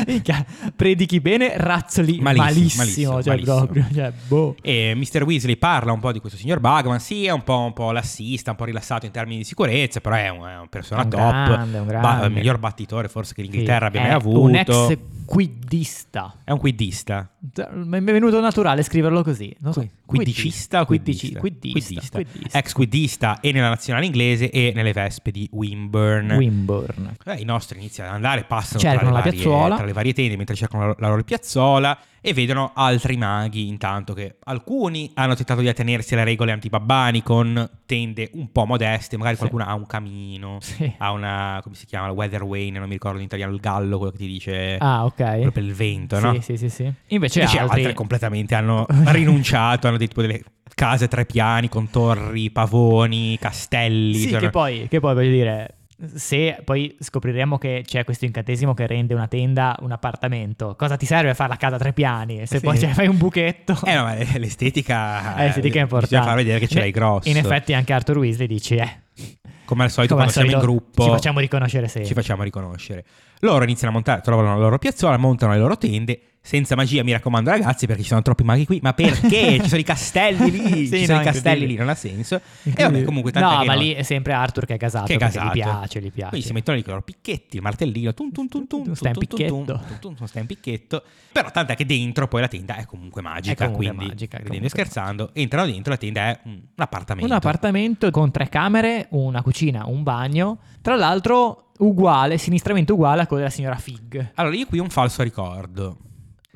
[SPEAKER 1] Minchia, Predichi bene, razzoli
[SPEAKER 2] Malissimo,
[SPEAKER 1] malissimo,
[SPEAKER 2] malissimo,
[SPEAKER 1] cioè
[SPEAKER 2] malissimo.
[SPEAKER 1] proprio, cioè, boh.
[SPEAKER 2] E Mr. Weasley parla un po' di questo signor Bagman, sì, è un po', un po' lassista, un po' rilassato in termini di sicurezza, però è un- è una persona
[SPEAKER 1] Un
[SPEAKER 2] top,
[SPEAKER 1] grande, un grande.
[SPEAKER 2] Ba- il miglior battitore forse che l'Inghilterra
[SPEAKER 1] Sì,
[SPEAKER 2] abbia
[SPEAKER 1] è
[SPEAKER 2] mai avuto.
[SPEAKER 1] Un ex quiddista.
[SPEAKER 2] È un quiddista.
[SPEAKER 1] Cioè, Mi è venuto naturale scriverlo così. Non so.
[SPEAKER 2] Quindicista o
[SPEAKER 1] Quiddici-
[SPEAKER 2] quiddista?
[SPEAKER 1] Quiddista. quiddista.
[SPEAKER 2] Ex quiddista e nella nazionale inglese e nelle vespe di Wimburne.
[SPEAKER 1] Wimborne.
[SPEAKER 2] Eh, I nostri iniziano ad andare, passano
[SPEAKER 1] Cercano
[SPEAKER 2] tra, le
[SPEAKER 1] la
[SPEAKER 2] varie,
[SPEAKER 1] piazzuola.
[SPEAKER 2] tra le varie tende mentre cercano la, la loro piazzola e vedono altri maghi intanto che alcuni hanno tentato di attenersi alle regole antibabbani con tende un po' modeste, magari
[SPEAKER 1] Sì.
[SPEAKER 2] qualcuno ha un camino,
[SPEAKER 1] Sì.
[SPEAKER 2] ha una, come si chiama, la weather wane, non mi ricordo in italiano, il gallo, quello che ti dice
[SPEAKER 1] Ah, ok.
[SPEAKER 2] quello per il vento, no?
[SPEAKER 1] Sì, sì, sì, sì. Invece
[SPEAKER 2] Invece
[SPEAKER 1] altri...
[SPEAKER 2] altre completamente hanno rinunciato, hanno detto delle case a tre piani con torri, pavoni, castelli.
[SPEAKER 1] Sì,
[SPEAKER 2] cioè-
[SPEAKER 1] che poi, che poi voglio dire, se poi scopriremo che c'è questo incantesimo che rende una tenda un appartamento, cosa ti serve fare la casa a tre piani? Se
[SPEAKER 2] Sì.
[SPEAKER 1] poi cioè, fai un buchetto...
[SPEAKER 2] Eh, no, ma l'estetica,
[SPEAKER 1] Eh, sì, di che è importante.
[SPEAKER 2] Bisogna far vedere che ce l'hai
[SPEAKER 1] Ne-
[SPEAKER 2] grosso.
[SPEAKER 1] In effetti anche Arthur Weasley dice, eh,
[SPEAKER 2] come al solito,
[SPEAKER 1] come al
[SPEAKER 2] quando siamo in
[SPEAKER 1] solito
[SPEAKER 2] gruppo,
[SPEAKER 1] ci facciamo riconoscere sempre.
[SPEAKER 2] ci facciamo riconoscere. Loro iniziano a montare, trovano la loro piazzola, montano le loro tende. Senza magia, mi raccomando, ragazzi, perché ci sono troppi maghi qui. Ma perché? ci sono i castelli lì.
[SPEAKER 1] Sì,
[SPEAKER 2] ci sono
[SPEAKER 1] no,
[SPEAKER 2] i castelli
[SPEAKER 1] incredibile.
[SPEAKER 2] lì, non ha senso. E Eh, vabbè, comunque, tanto
[SPEAKER 1] No,
[SPEAKER 2] che
[SPEAKER 1] ma
[SPEAKER 2] no-
[SPEAKER 1] lì è sempre Arthur che è gasato,
[SPEAKER 2] che è
[SPEAKER 1] perché
[SPEAKER 2] gasato.
[SPEAKER 1] gli piace, gli piace.
[SPEAKER 2] Quindi si mettono lì con i loro picchetti, il martellino, tun tun tun tun,
[SPEAKER 1] Sta in
[SPEAKER 2] tun tun tun,
[SPEAKER 1] picchetto.
[SPEAKER 2] tun tun tun, sta in picchetto. Però tant'è che dentro poi la tenda è comunque magica,
[SPEAKER 1] È comunque
[SPEAKER 2] quindi
[SPEAKER 1] magica, è
[SPEAKER 2] ridendo
[SPEAKER 1] comunque
[SPEAKER 2] e scherzando, entrano dentro la tenda è un un appartamento.
[SPEAKER 1] Un appartamento con tre camere, una cucina, un bagno. Tra l'altro, uguale, sinistramente uguale a quello della signora Fig.
[SPEAKER 2] Allora io qui ho un falso ricordo.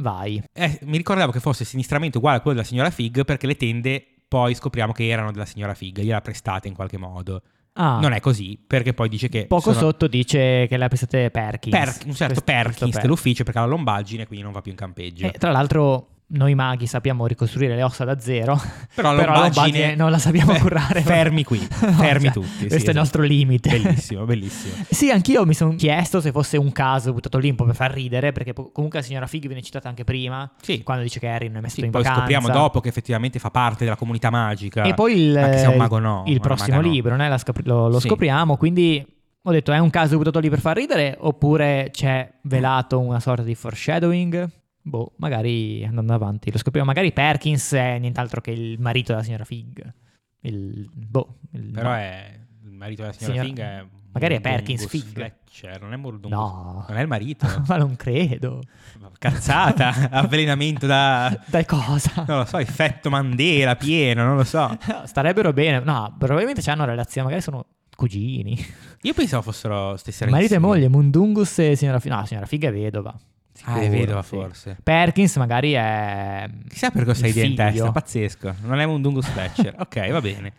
[SPEAKER 1] Vai.
[SPEAKER 2] Eh, mi ricordavo che fosse sinistramente uguale a quello della signora Fig perché le tende poi scopriamo che erano della signora Fig, gliela prestate in qualche modo.
[SPEAKER 1] Ah,
[SPEAKER 2] Non è così, perché poi dice che
[SPEAKER 1] poco
[SPEAKER 2] sono
[SPEAKER 1] sotto dice che l'ha pensate Perkins.
[SPEAKER 2] Perk- un
[SPEAKER 1] Questo-
[SPEAKER 2] certo Perkins
[SPEAKER 1] questo Perkins.
[SPEAKER 2] dell'ufficio perché ha la lombaggine, quindi non va più in campeggio.
[SPEAKER 1] Eh, tra l'altro, noi maghi sappiamo ricostruire le ossa da zero.
[SPEAKER 2] Però la
[SPEAKER 1] Però la lombaggine non la sappiamo
[SPEAKER 2] Fe-
[SPEAKER 1] curare.
[SPEAKER 2] Fermi qui,
[SPEAKER 1] No,
[SPEAKER 2] fermi
[SPEAKER 1] cioè,
[SPEAKER 2] tutti. sì,
[SPEAKER 1] Questo è il
[SPEAKER 2] esatto.
[SPEAKER 1] nostro limite.
[SPEAKER 2] Bellissimo, bellissimo.
[SPEAKER 1] Sì, anch'io mi sono chiesto se fosse un caso buttato lì un po' per far ridere, perché po- comunque la signora Fig viene citata anche prima,
[SPEAKER 2] Sì.
[SPEAKER 1] quando dice che Harry non è messo
[SPEAKER 2] Sì,
[SPEAKER 1] in
[SPEAKER 2] poi
[SPEAKER 1] vacanza.
[SPEAKER 2] scopriamo dopo che effettivamente fa parte della comunità magica.
[SPEAKER 1] E poi il,
[SPEAKER 2] Cioè, Anche se è un mago no,
[SPEAKER 1] il
[SPEAKER 2] una
[SPEAKER 1] prossimo
[SPEAKER 2] maga no.
[SPEAKER 1] libro, né? La scop- lo, lo
[SPEAKER 2] Sì.
[SPEAKER 1] scopriamo, quindi ho detto è un caso buttato lì per far ridere oppure c'è velato una sorta di foreshadowing? boh, magari andando avanti lo scopriamo. Magari Perkins è nient'altro che il marito della signora Fig. Il, boh, il-
[SPEAKER 2] Però è il marito della signora
[SPEAKER 1] Signora-
[SPEAKER 2] Fig è
[SPEAKER 1] magari è
[SPEAKER 2] Mordungus
[SPEAKER 1] Perkins Fig.
[SPEAKER 2] Fletcher, cioè, non è Mordungus.
[SPEAKER 1] No.
[SPEAKER 2] Non è il marito.
[SPEAKER 1] Ma non credo.
[SPEAKER 2] Cazzata, avvelenamento da
[SPEAKER 1] Dai cosa?
[SPEAKER 2] non lo so, effetto Mandela pieno, non lo so.
[SPEAKER 1] Starebbero bene. No, probabilmente hanno relazione, magari sono cugini.
[SPEAKER 2] Io pensavo fossero stesse
[SPEAKER 1] Marito e
[SPEAKER 2] insieme.
[SPEAKER 1] moglie, Mundungus e signora Figa. No, signora Figa è vedova.
[SPEAKER 2] Ah, è
[SPEAKER 1] Sicuro,
[SPEAKER 2] vedova
[SPEAKER 1] sì.
[SPEAKER 2] forse.
[SPEAKER 1] Perkins magari è...
[SPEAKER 2] Chissà per cosa
[SPEAKER 1] il
[SPEAKER 2] hai idea in
[SPEAKER 1] figlio.
[SPEAKER 2] testa, pazzesco. Non è Mundungus Fletcher. ok, va bene.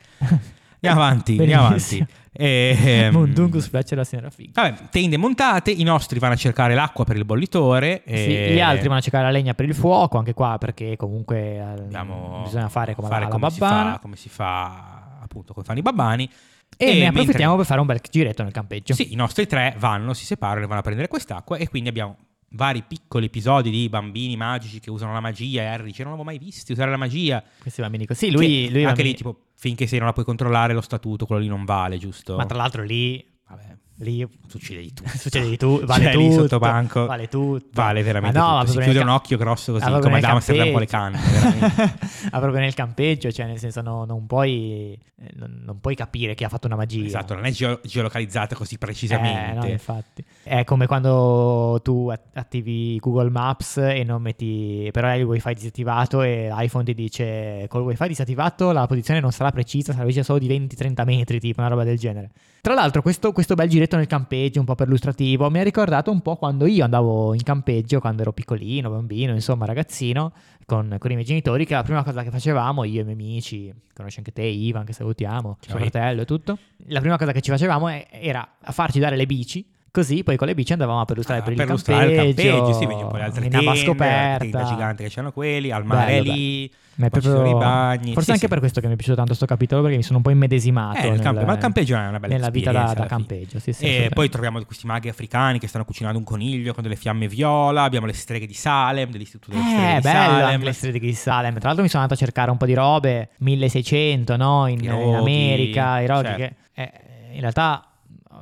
[SPEAKER 2] Andiamo avanti, andiamo
[SPEAKER 1] Eh, Benissimo.
[SPEAKER 2] avanti. E, ehm,
[SPEAKER 1] Mundungus Fletcher e la signora Figa.
[SPEAKER 2] Vabbè, tende montate, i nostri vanno a cercare l'acqua per il bollitore. eh, E...
[SPEAKER 1] Sì, gli altri vanno a cercare la legna per il fuoco, anche qua perché comunque eh,
[SPEAKER 2] Dobbiamo
[SPEAKER 1] bisogna fare come la, la
[SPEAKER 2] come Si
[SPEAKER 1] babbana.
[SPEAKER 2] fa, come si fa appunto come fanno i babbani.
[SPEAKER 1] E, ne
[SPEAKER 2] mentre-
[SPEAKER 1] approfittiamo per fare un bel giretto nel campeggio.
[SPEAKER 2] Sì, i nostri tre vanno, si separano e vanno a prendere quest'acqua e quindi abbiamo vari piccoli episodi di bambini magici che usano la magia e Harry dice non l'avevo mai visti usare la magia.
[SPEAKER 1] Questi bambini così. Sì, lui...
[SPEAKER 2] Che
[SPEAKER 1] lui
[SPEAKER 2] anche
[SPEAKER 1] bambini-
[SPEAKER 2] lì tipo finché se non la puoi controllare lo statuto quello lì non vale, giusto?
[SPEAKER 1] Ma tra l'altro lì...
[SPEAKER 2] Vabbè,
[SPEAKER 1] lì
[SPEAKER 2] tu uccidi tutto.
[SPEAKER 1] Succede di tu, vale
[SPEAKER 2] Cioè, lì
[SPEAKER 1] tutto,
[SPEAKER 2] sotto banco
[SPEAKER 1] vale tutto.
[SPEAKER 2] Vale veramente
[SPEAKER 1] Ma no, ma
[SPEAKER 2] tutto. Si
[SPEAKER 1] proprio
[SPEAKER 2] chiude
[SPEAKER 1] nel
[SPEAKER 2] un
[SPEAKER 1] ca-
[SPEAKER 2] occhio grosso così,
[SPEAKER 1] ma proprio
[SPEAKER 2] come
[SPEAKER 1] nel
[SPEAKER 2] ad Amsterdam con le canne,
[SPEAKER 1] campeggio. Ma proprio nel campeggio, cioè nel senso no- non puoi eh, non, non puoi capire chi ha fatto una magia.
[SPEAKER 2] Esatto, non è geo- geolocalizzata così
[SPEAKER 1] Eh, no,
[SPEAKER 2] precisamente.
[SPEAKER 1] infatti. È come quando tu at- attivi Google Maps e non metti però hai il wifi disattivato e l'iPhone ti dice col wifi disattivato la posizione non sarà precisa, sarà vicina solo di 20-30 metri, tipo una roba del genere. Tra l'altro questo, questo bel giretto nel campeggio, un po' perlustrativo, mi ha ricordato un po' quando io andavo in campeggio, quando ero piccolino, bambino, insomma ragazzino, con, con i miei genitori, che la prima cosa che facevamo, io e i miei amici, conosci anche te Ivan, che salutiamo,
[SPEAKER 2] Ciao,
[SPEAKER 1] suo fratello e tutto, la prima cosa che ci facevamo è- era a farci dare le bici, così poi con le bici andavamo a perlustrare
[SPEAKER 2] Ah,
[SPEAKER 1] per, il
[SPEAKER 2] perlustrare
[SPEAKER 1] campeggio,
[SPEAKER 2] sì, vedi un po' le altre
[SPEAKER 1] in
[SPEAKER 2] tende,
[SPEAKER 1] gigante
[SPEAKER 2] la tenda gigante che c'erano quelli, al mare
[SPEAKER 1] Bello,
[SPEAKER 2] lì,
[SPEAKER 1] Ma è
[SPEAKER 2] poi ci
[SPEAKER 1] proprio-
[SPEAKER 2] sono i bagni.
[SPEAKER 1] Forse
[SPEAKER 2] Sì,
[SPEAKER 1] anche
[SPEAKER 2] sì.
[SPEAKER 1] per questo che mi è piaciuto tanto sto capitolo, perché mi sono un po' immedesimato.
[SPEAKER 2] Eh, nel campo- ma il campeggio è una bella
[SPEAKER 1] Nella vita da,
[SPEAKER 2] esperienza
[SPEAKER 1] da
[SPEAKER 2] alla fine.
[SPEAKER 1] campeggio, sì, sì,
[SPEAKER 2] E
[SPEAKER 1] assolutamente.
[SPEAKER 2] poi troviamo questi maghi africani che stanno cucinando un coniglio con delle fiamme viola. Abbiamo le streghe di Salem, dell'istituto delle streghe
[SPEAKER 1] Eh,
[SPEAKER 2] di
[SPEAKER 1] bello
[SPEAKER 2] Salem.
[SPEAKER 1] anche le streghe di Salem. Tra l'altro mi sono andato a cercare un po' di robe, 1600, no? In,
[SPEAKER 2] I
[SPEAKER 1] in
[SPEAKER 2] roghi,
[SPEAKER 1] America, i roghi.
[SPEAKER 2] certo.
[SPEAKER 1] Che, eh, in realtà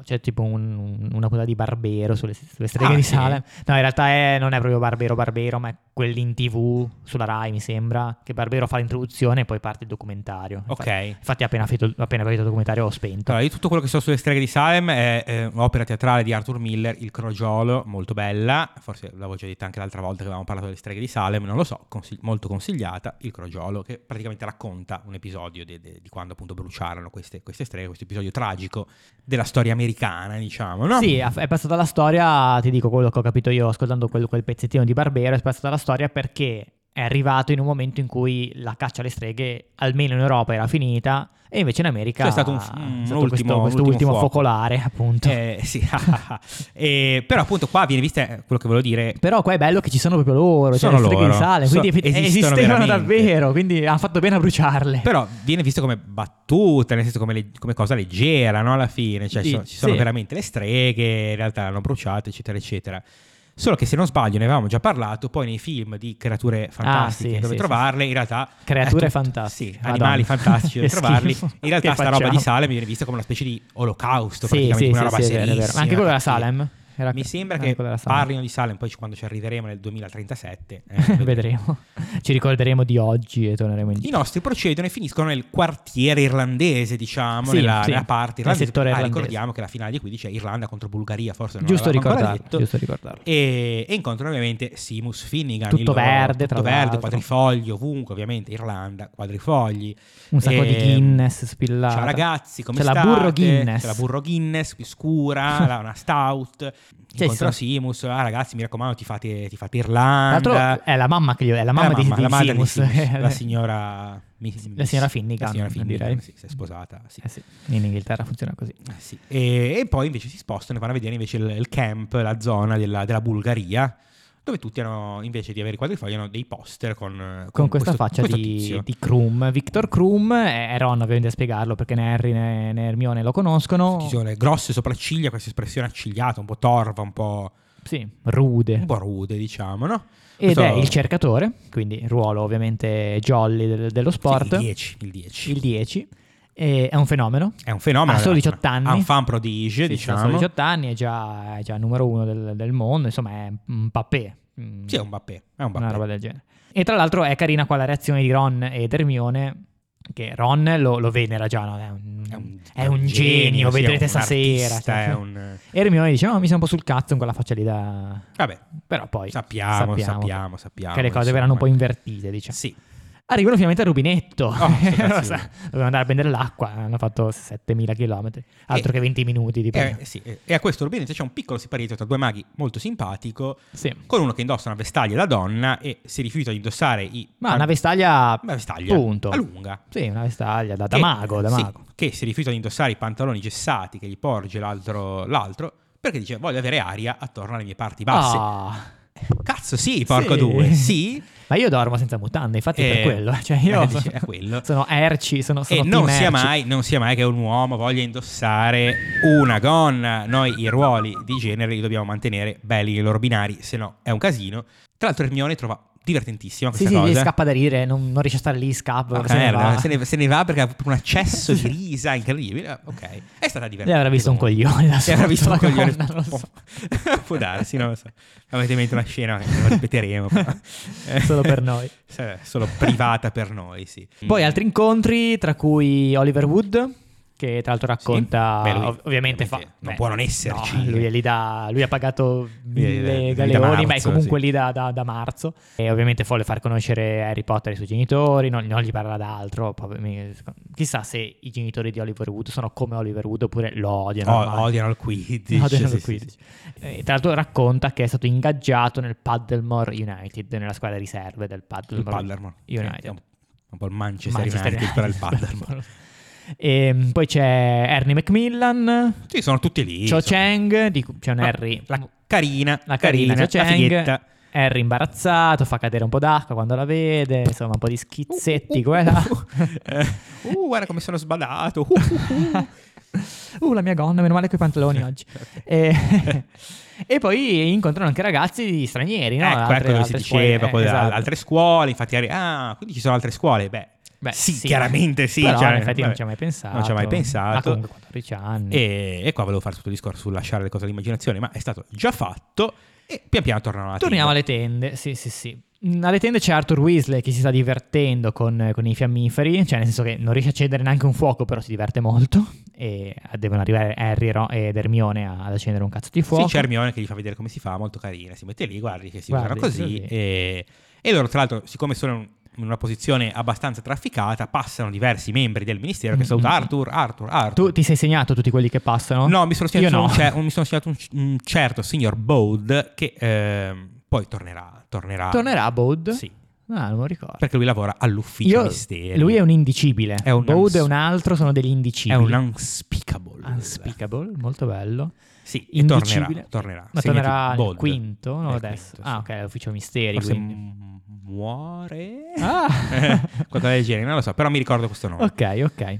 [SPEAKER 1] c'è tipo un- un- una puntata di Barbero sulle, sulle streghe
[SPEAKER 2] Ah,
[SPEAKER 1] di
[SPEAKER 2] sì?
[SPEAKER 1] Salem. No, in realtà è- non è proprio Barbero Barbero, ma è quelli in tv, sulla Rai mi sembra, che Barbero fa l'introduzione e poi parte il documentario. Infa-
[SPEAKER 2] Ok.
[SPEAKER 1] Infatti appena finito, appena finito il documentario ho spento.
[SPEAKER 2] Allora, io tutto quello che so sulle streghe di Salem è eh, un'opera teatrale di Arthur Miller, Il Crogiolo, molto bella. Forse l'avevo già detta anche l'altra volta che avevamo parlato delle streghe di Salem, non lo so, consig- molto consigliata. Il Crogiolo, che praticamente racconta un episodio de- de- di quando appunto bruciarono queste, queste streghe, questo episodio tragico della storia americana, diciamo, no?
[SPEAKER 1] Sì, ha- è passata la storia, ti dico quello che ho capito io ascoltando quel, quel pezzettino di Barbero, è passata la storia perché è arrivato in un momento in cui la caccia alle streghe, almeno in Europa, era finita e invece in America
[SPEAKER 2] C'è stato un-
[SPEAKER 1] è
[SPEAKER 2] un
[SPEAKER 1] stato questo,
[SPEAKER 2] ultimo- un
[SPEAKER 1] questo
[SPEAKER 2] ultimo
[SPEAKER 1] ultimo
[SPEAKER 2] fuoco.
[SPEAKER 1] focolare, appunto.
[SPEAKER 2] Eh, sì, Eh, però appunto qua viene vista eh, quello che volevo dire.
[SPEAKER 1] Però qua è bello che ci sono proprio loro, cioè
[SPEAKER 2] Sono
[SPEAKER 1] le streghe
[SPEAKER 2] loro.
[SPEAKER 1] di sale,
[SPEAKER 2] So-
[SPEAKER 1] quindi effe-
[SPEAKER 2] esistono
[SPEAKER 1] esistevano
[SPEAKER 2] veramente.
[SPEAKER 1] davvero, quindi hanno fatto bene a bruciarle.
[SPEAKER 2] Però viene visto come battuta, nel senso come, le- come cosa leggera, no? Alla fine, cioè
[SPEAKER 1] Sì,
[SPEAKER 2] ci sono- ci sono
[SPEAKER 1] sì.
[SPEAKER 2] veramente le streghe, in realtà l'hanno bruciate, eccetera, eccetera. Solo che se non sbaglio, ne avevamo già parlato, poi nei film di creature fantastiche
[SPEAKER 1] Ah, sì,
[SPEAKER 2] dove
[SPEAKER 1] sì,
[SPEAKER 2] trovarle, in realtà...
[SPEAKER 1] Creature
[SPEAKER 2] è tutto-
[SPEAKER 1] fantastiche,
[SPEAKER 2] Sì,
[SPEAKER 1] Madonna.
[SPEAKER 2] animali fantastici dove
[SPEAKER 1] Che
[SPEAKER 2] trovarli.
[SPEAKER 1] schifo.
[SPEAKER 2] In realtà
[SPEAKER 1] Che
[SPEAKER 2] sta roba di
[SPEAKER 1] facciamo?
[SPEAKER 2] Salem viene vista come una specie di olocausto,
[SPEAKER 1] sì,
[SPEAKER 2] praticamente
[SPEAKER 1] sì,
[SPEAKER 2] una
[SPEAKER 1] sì,
[SPEAKER 2] roba
[SPEAKER 1] sì, è vero, è vero.
[SPEAKER 2] serissima.
[SPEAKER 1] Ma Anche quello della
[SPEAKER 2] cattiva.
[SPEAKER 1] Salem. Era-
[SPEAKER 2] Mi sembra
[SPEAKER 1] anche
[SPEAKER 2] che
[SPEAKER 1] quello della Salem.
[SPEAKER 2] parlino di Salem, poi quando ci arriveremo nel 2037. eh,
[SPEAKER 1] Vedremo. Ci ricorderemo di oggi e torneremo
[SPEAKER 2] I
[SPEAKER 1] indietro.
[SPEAKER 2] nostri procedono e finiscono nel quartiere irlandese, diciamo,
[SPEAKER 1] Sì,
[SPEAKER 2] nella,
[SPEAKER 1] sì,
[SPEAKER 2] nella parte
[SPEAKER 1] nel
[SPEAKER 2] irlandese.
[SPEAKER 1] settore
[SPEAKER 2] Ah,
[SPEAKER 1] irlandese.
[SPEAKER 2] ricordiamo che la finale di 15 è Irlanda contro Bulgaria, forse non
[SPEAKER 1] Giusto
[SPEAKER 2] l'avevamo ancora
[SPEAKER 1] ricordarlo,
[SPEAKER 2] detto.
[SPEAKER 1] giusto ricordarlo.
[SPEAKER 2] E, e incontrano ovviamente Simus Finnegan.
[SPEAKER 1] Tutto
[SPEAKER 2] il loro-
[SPEAKER 1] verde, tra
[SPEAKER 2] tutto verde,
[SPEAKER 1] l'altro.
[SPEAKER 2] quadrifogli ovunque, ovviamente Irlanda, quadrifogli.
[SPEAKER 1] Un sacco di
[SPEAKER 2] Ehm,
[SPEAKER 1] Guinness spillata.
[SPEAKER 2] Ciao ragazzi, come
[SPEAKER 1] C'è la
[SPEAKER 2] state?
[SPEAKER 1] burro Guinness.
[SPEAKER 2] C'è la burro Guinness, qui scura, la- una stout.
[SPEAKER 1] ci sono-
[SPEAKER 2] Incontra Simus, ah ragazzi, mi raccomando, ti fate, ti fate
[SPEAKER 1] Tra
[SPEAKER 2] Irlanda.
[SPEAKER 1] l'altro è la mamma che gli- è la mamma, di, di
[SPEAKER 2] Eh, la madre di
[SPEAKER 1] Simus. Eh
[SPEAKER 2] Simus, la signora mi-
[SPEAKER 1] La signora Finnegan,
[SPEAKER 2] la signora Finnegan,
[SPEAKER 1] direi.
[SPEAKER 2] sì, si è sposata sì.
[SPEAKER 1] Eh sì, in Inghilterra funziona così.
[SPEAKER 2] Eh sì. E, e poi invece si spostano e vanno a vedere invece il, il camp la zona della, della Bulgaria dove tutti hanno invece di avere i quadrifogli hanno dei poster con, eh,
[SPEAKER 1] Con, questa
[SPEAKER 2] questo-
[SPEAKER 1] faccia
[SPEAKER 2] questo
[SPEAKER 1] di,
[SPEAKER 2] tizio.
[SPEAKER 1] di Krum. Victor Krum eh, è è Ron ovviamente a spiegarlo perché né Harry né, né Hermione lo conoscono.
[SPEAKER 2] Ci sono le grosse sopracciglia questa espressione accigliata un po' torva un po',
[SPEAKER 1] Sì,
[SPEAKER 2] un
[SPEAKER 1] rude.
[SPEAKER 2] po' rude diciamo no?
[SPEAKER 1] Ed
[SPEAKER 2] Questo-
[SPEAKER 1] è il cercatore, quindi ruolo ovviamente jolly del- dello sport.
[SPEAKER 2] sì, il 10 il 10
[SPEAKER 1] Il 10. E È un fenomeno.
[SPEAKER 2] è un fenomeno
[SPEAKER 1] Ha solo
[SPEAKER 2] è
[SPEAKER 1] 18
[SPEAKER 2] una-
[SPEAKER 1] anni.
[SPEAKER 2] ha un fan prodige
[SPEAKER 1] Sì, sì, ha
[SPEAKER 2] diciamo
[SPEAKER 1] solo 18 anni, è già, è già numero uno del, del mondo, insomma è un papè mm,
[SPEAKER 2] Sì, è un bappè. È un
[SPEAKER 1] una
[SPEAKER 2] bappè.
[SPEAKER 1] roba del genere. E tra l'altro è carina qua la reazione di Ron ed Hermione, che Ron lo, lo venera già, no? È un, è un genio,
[SPEAKER 2] sì, è
[SPEAKER 1] vedrete
[SPEAKER 2] un
[SPEAKER 1] stasera.
[SPEAKER 2] artista,
[SPEAKER 1] cioè.
[SPEAKER 2] è un-
[SPEAKER 1] Hermione dice, no, mi sei un po' sul cazzo con quella faccia lì da...
[SPEAKER 2] Vabbè,
[SPEAKER 1] Però poi
[SPEAKER 2] sappiamo, sappiamo,
[SPEAKER 1] che-
[SPEAKER 2] sappiamo.
[SPEAKER 1] Che le cose
[SPEAKER 2] insomma.
[SPEAKER 1] verranno un po' invertite, diciamo.
[SPEAKER 2] Sì.
[SPEAKER 1] Arrivano finalmente al rubinetto.
[SPEAKER 2] Oh, sì,
[SPEAKER 1] Lo
[SPEAKER 2] grazie.
[SPEAKER 1] sa, dovevano andare a prendere l'acqua. Hanno fatto 7000 km. Altro
[SPEAKER 2] E-
[SPEAKER 1] che 20 minuti. Tipo.
[SPEAKER 2] Eh, sì, eh, E a questo rubinetto c'è un piccolo siparietto tra due maghi molto simpatico,
[SPEAKER 1] sì.
[SPEAKER 2] con uno che indossa una vestaglia da donna e si rifiuta di indossare i...
[SPEAKER 1] Ma una vestaglia.
[SPEAKER 2] Una vestaglia.
[SPEAKER 1] Punto.
[SPEAKER 2] A lunga.
[SPEAKER 1] Sì, una vestaglia da, da
[SPEAKER 2] Che-
[SPEAKER 1] mago. Da
[SPEAKER 2] Eh, sì,
[SPEAKER 1] mago.
[SPEAKER 2] che si rifiuta di indossare i pantaloni gessati che gli porge l'altro, l'altro, perché dice voglio avere aria attorno alle mie parti basse.
[SPEAKER 1] Ah,
[SPEAKER 2] Cazzo sì, porco
[SPEAKER 1] Sì.
[SPEAKER 2] due, sì.
[SPEAKER 1] ma io dormo senza mutande, infatti, per
[SPEAKER 2] Eh,
[SPEAKER 1] quello. Cioè, io
[SPEAKER 2] eh, dici, è quello.
[SPEAKER 1] sono erci, sono, sono
[SPEAKER 2] E non
[SPEAKER 1] team
[SPEAKER 2] sia,
[SPEAKER 1] erci.
[SPEAKER 2] mai, non sia mai che un uomo voglia indossare una gonna. Noi i ruoli di genere li dobbiamo mantenere belli nei loro binari, se no è un casino. Tra l'altro Hermione trova divertentissima
[SPEAKER 1] Sì,
[SPEAKER 2] questa
[SPEAKER 1] sì, gli
[SPEAKER 2] cosa.
[SPEAKER 1] scappa da ridere, non, non riesce a stare lì, scappa.
[SPEAKER 2] Porca
[SPEAKER 1] se ne
[SPEAKER 2] merda,
[SPEAKER 1] va.
[SPEAKER 2] se, ne, se ne va perché ha proprio un accesso di risa incredibile. Ah, Ok, è stata divertente.
[SPEAKER 1] Lei avrà visto un
[SPEAKER 2] comunque.
[SPEAKER 1] coglione da
[SPEAKER 2] Se avrà visto un
[SPEAKER 1] sotto,
[SPEAKER 2] coglione.
[SPEAKER 1] non lo so.
[SPEAKER 2] Può- Può darsi, non lo so. Avete in mente una scena che lo ripeteremo. però. Eh,
[SPEAKER 1] Solo per noi.
[SPEAKER 2] eh, Solo privata per noi, sì.
[SPEAKER 1] Poi altri incontri, tra cui Oliver Wood, che tra l'altro racconta,
[SPEAKER 2] Beh, lui,
[SPEAKER 1] ov- ovviamente fa...
[SPEAKER 2] ovviamente, non
[SPEAKER 1] beh,
[SPEAKER 2] può non esserci.
[SPEAKER 1] no, lui, è lì da- lui ha pagato
[SPEAKER 2] Lui è da-
[SPEAKER 1] mille
[SPEAKER 2] da
[SPEAKER 1] galeoni, ma è
[SPEAKER 2] marzo,
[SPEAKER 1] comunque
[SPEAKER 2] sì.
[SPEAKER 1] lì da, da- da marzo. E ovviamente vuole far conoscere Harry Potter ai suoi genitori, non, non gli parla d'altro. poi mi- Chissà se i genitori di Oliver Wood sono come Oliver Wood oppure lo odiano.
[SPEAKER 2] O-
[SPEAKER 1] ormai.
[SPEAKER 2] odiano il Quidditch.
[SPEAKER 1] Odiano
[SPEAKER 2] Oh, sì,
[SPEAKER 1] il
[SPEAKER 2] sì,
[SPEAKER 1] Quidditch.
[SPEAKER 2] sì.
[SPEAKER 1] Eh, tra l'altro racconta che è stato ingaggiato nel Paddlemore United, nella squadra riserve del
[SPEAKER 2] Il
[SPEAKER 1] Paddlemore,
[SPEAKER 2] Palermo.
[SPEAKER 1] United.
[SPEAKER 2] Eh, Un, un po' il Manchester,
[SPEAKER 1] Manchester
[SPEAKER 2] United, però il Palermo.
[SPEAKER 1] Ehm, poi c'è Ernie Macmillan,
[SPEAKER 2] sì, sono tutti lì.
[SPEAKER 1] Cho
[SPEAKER 2] insomma.
[SPEAKER 1] Chang, di cui c'è un
[SPEAKER 2] Ma
[SPEAKER 1] Harry.
[SPEAKER 2] Ah, La carina.
[SPEAKER 1] la carina,
[SPEAKER 2] la
[SPEAKER 1] Cho Chang.
[SPEAKER 2] fighetta.
[SPEAKER 1] Harry imbarazzato, fa cadere un po' d'acqua quando la vede, insomma un po' di schizzetti
[SPEAKER 2] Uh, uh,
[SPEAKER 1] qua e là.
[SPEAKER 2] uh, uh, guarda come sono sbadato. Uh, uh, uh.
[SPEAKER 1] Uh, la mia gonna, meno male coi pantaloni oggi.
[SPEAKER 2] Eh,
[SPEAKER 1] E, e poi incontrano anche ragazzi stranieri, no?
[SPEAKER 2] ecco,
[SPEAKER 1] Altre-
[SPEAKER 2] ecco dove si
[SPEAKER 1] altre scuole-
[SPEAKER 2] diceva,
[SPEAKER 1] eh,
[SPEAKER 2] poi
[SPEAKER 1] esatto.
[SPEAKER 2] altre scuole, infatti eri- ah, quindi ci sono altre scuole, beh,
[SPEAKER 1] Beh,
[SPEAKER 2] sì, chiaramente sì,
[SPEAKER 1] Però
[SPEAKER 2] cioè,
[SPEAKER 1] in effetti non
[SPEAKER 2] vabbè,
[SPEAKER 1] ci ha mai pensato.
[SPEAKER 2] non ci ha mai
[SPEAKER 1] Ha
[SPEAKER 2] pensato.
[SPEAKER 1] comunque 14 anni.
[SPEAKER 2] E, e qua volevo fare tutto il discorso sul lasciare le cose all'immaginazione, ma è stato già fatto e pian piano tornano alla
[SPEAKER 1] Torniamo
[SPEAKER 2] tenda.
[SPEAKER 1] alle tende, sì sì sì. Mm, Alle tende c'è Arthur Weasley che si sta divertendo con, con i fiammiferi, cioè nel senso che non riesce a accendere neanche un fuoco, però si diverte molto. E devono arrivare Harry Ron ed Hermione a- ad accendere un cazzo di fuoco.
[SPEAKER 2] Sì, c'è Hermione che gli fa vedere come si fa, molto carina, si mette lì, guardi che si
[SPEAKER 1] Guardi,
[SPEAKER 2] usano
[SPEAKER 1] così.
[SPEAKER 2] così, E, e loro tra l'altro, siccome sono in- in una posizione abbastanza trafficata, passano diversi membri del ministero che
[SPEAKER 1] Mm,
[SPEAKER 2] saluta
[SPEAKER 1] mm.
[SPEAKER 2] Arthur, Arthur, Arthur.
[SPEAKER 1] Tu ti sei segnato tutti quelli che passano?
[SPEAKER 2] No, mi sono segnato,
[SPEAKER 1] Io no.
[SPEAKER 2] un, cer- un- mi sono segnato un, c- un certo signor Bode che ehm, poi tornerà, tornerà.
[SPEAKER 1] Tornerà Bode?
[SPEAKER 2] Sì,
[SPEAKER 1] Ah, non me lo ricordo.
[SPEAKER 2] perché lui lavora all'ufficio
[SPEAKER 1] Io-
[SPEAKER 2] misteri.
[SPEAKER 1] lui è un indicibile.
[SPEAKER 2] È un uns-
[SPEAKER 1] Bode è un altro, sono degli
[SPEAKER 2] È
[SPEAKER 1] indicibili.
[SPEAKER 2] un unspeakable.
[SPEAKER 1] Unspeakable, molto bello.
[SPEAKER 2] Sì, e tornerà.
[SPEAKER 1] Indicibile.
[SPEAKER 2] Tornerà.
[SPEAKER 1] Ma
[SPEAKER 2] Segnati
[SPEAKER 1] tornerà nel
[SPEAKER 2] Bode.
[SPEAKER 1] quinto, no,
[SPEAKER 2] Nel
[SPEAKER 1] adesso.
[SPEAKER 2] quinto, sì.
[SPEAKER 1] Ah, ok, è ufficio misteri,
[SPEAKER 2] Forse
[SPEAKER 1] quindi.
[SPEAKER 2] m- muore.
[SPEAKER 1] Ah.
[SPEAKER 2] Qualcosa del genere, non lo so, però mi ricordo questo nome.
[SPEAKER 1] ok, ok.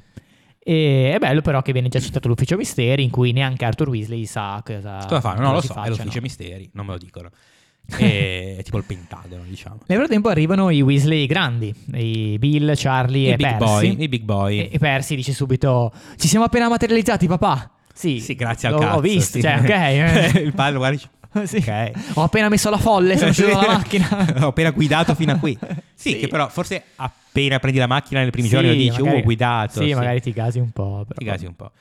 [SPEAKER 1] E è bello però che viene già citato l'ufficio misteri in cui neanche Arthur Weasley sa cosa,
[SPEAKER 2] Cosa fanno? Non lo
[SPEAKER 1] si
[SPEAKER 2] so, è
[SPEAKER 1] faccia,
[SPEAKER 2] l'ufficio
[SPEAKER 1] no.
[SPEAKER 2] misteri, non me lo dicono. E- è tipo il pentagono, diciamo.
[SPEAKER 1] Nel frattempo arrivano i Weasley grandi, i Bill, Charlie
[SPEAKER 2] I
[SPEAKER 1] e
[SPEAKER 2] big
[SPEAKER 1] Percy.
[SPEAKER 2] boy, i big boy.
[SPEAKER 1] E, e Percy dice subito, ci siamo appena materializzati papà. Sì,
[SPEAKER 2] Sì, grazie al
[SPEAKER 1] l'ho-
[SPEAKER 2] cazzo.
[SPEAKER 1] Ho visto,
[SPEAKER 2] sì.
[SPEAKER 1] cioè, ok. eh.
[SPEAKER 2] il padre guarda dice,
[SPEAKER 1] Sì.
[SPEAKER 2] Ok.
[SPEAKER 1] Ho appena messo la folle, sono sceso dalla macchina.
[SPEAKER 2] Ho appena guidato fino a qui. Sì,
[SPEAKER 1] Sì.
[SPEAKER 2] che però forse appena prendi la macchina nei primi
[SPEAKER 1] Sì,
[SPEAKER 2] giorni lo dici,
[SPEAKER 1] magari-
[SPEAKER 2] oh, ho guidato.
[SPEAKER 1] Sì, magari ti gasi un po'. però.
[SPEAKER 2] Ti gasi un po'.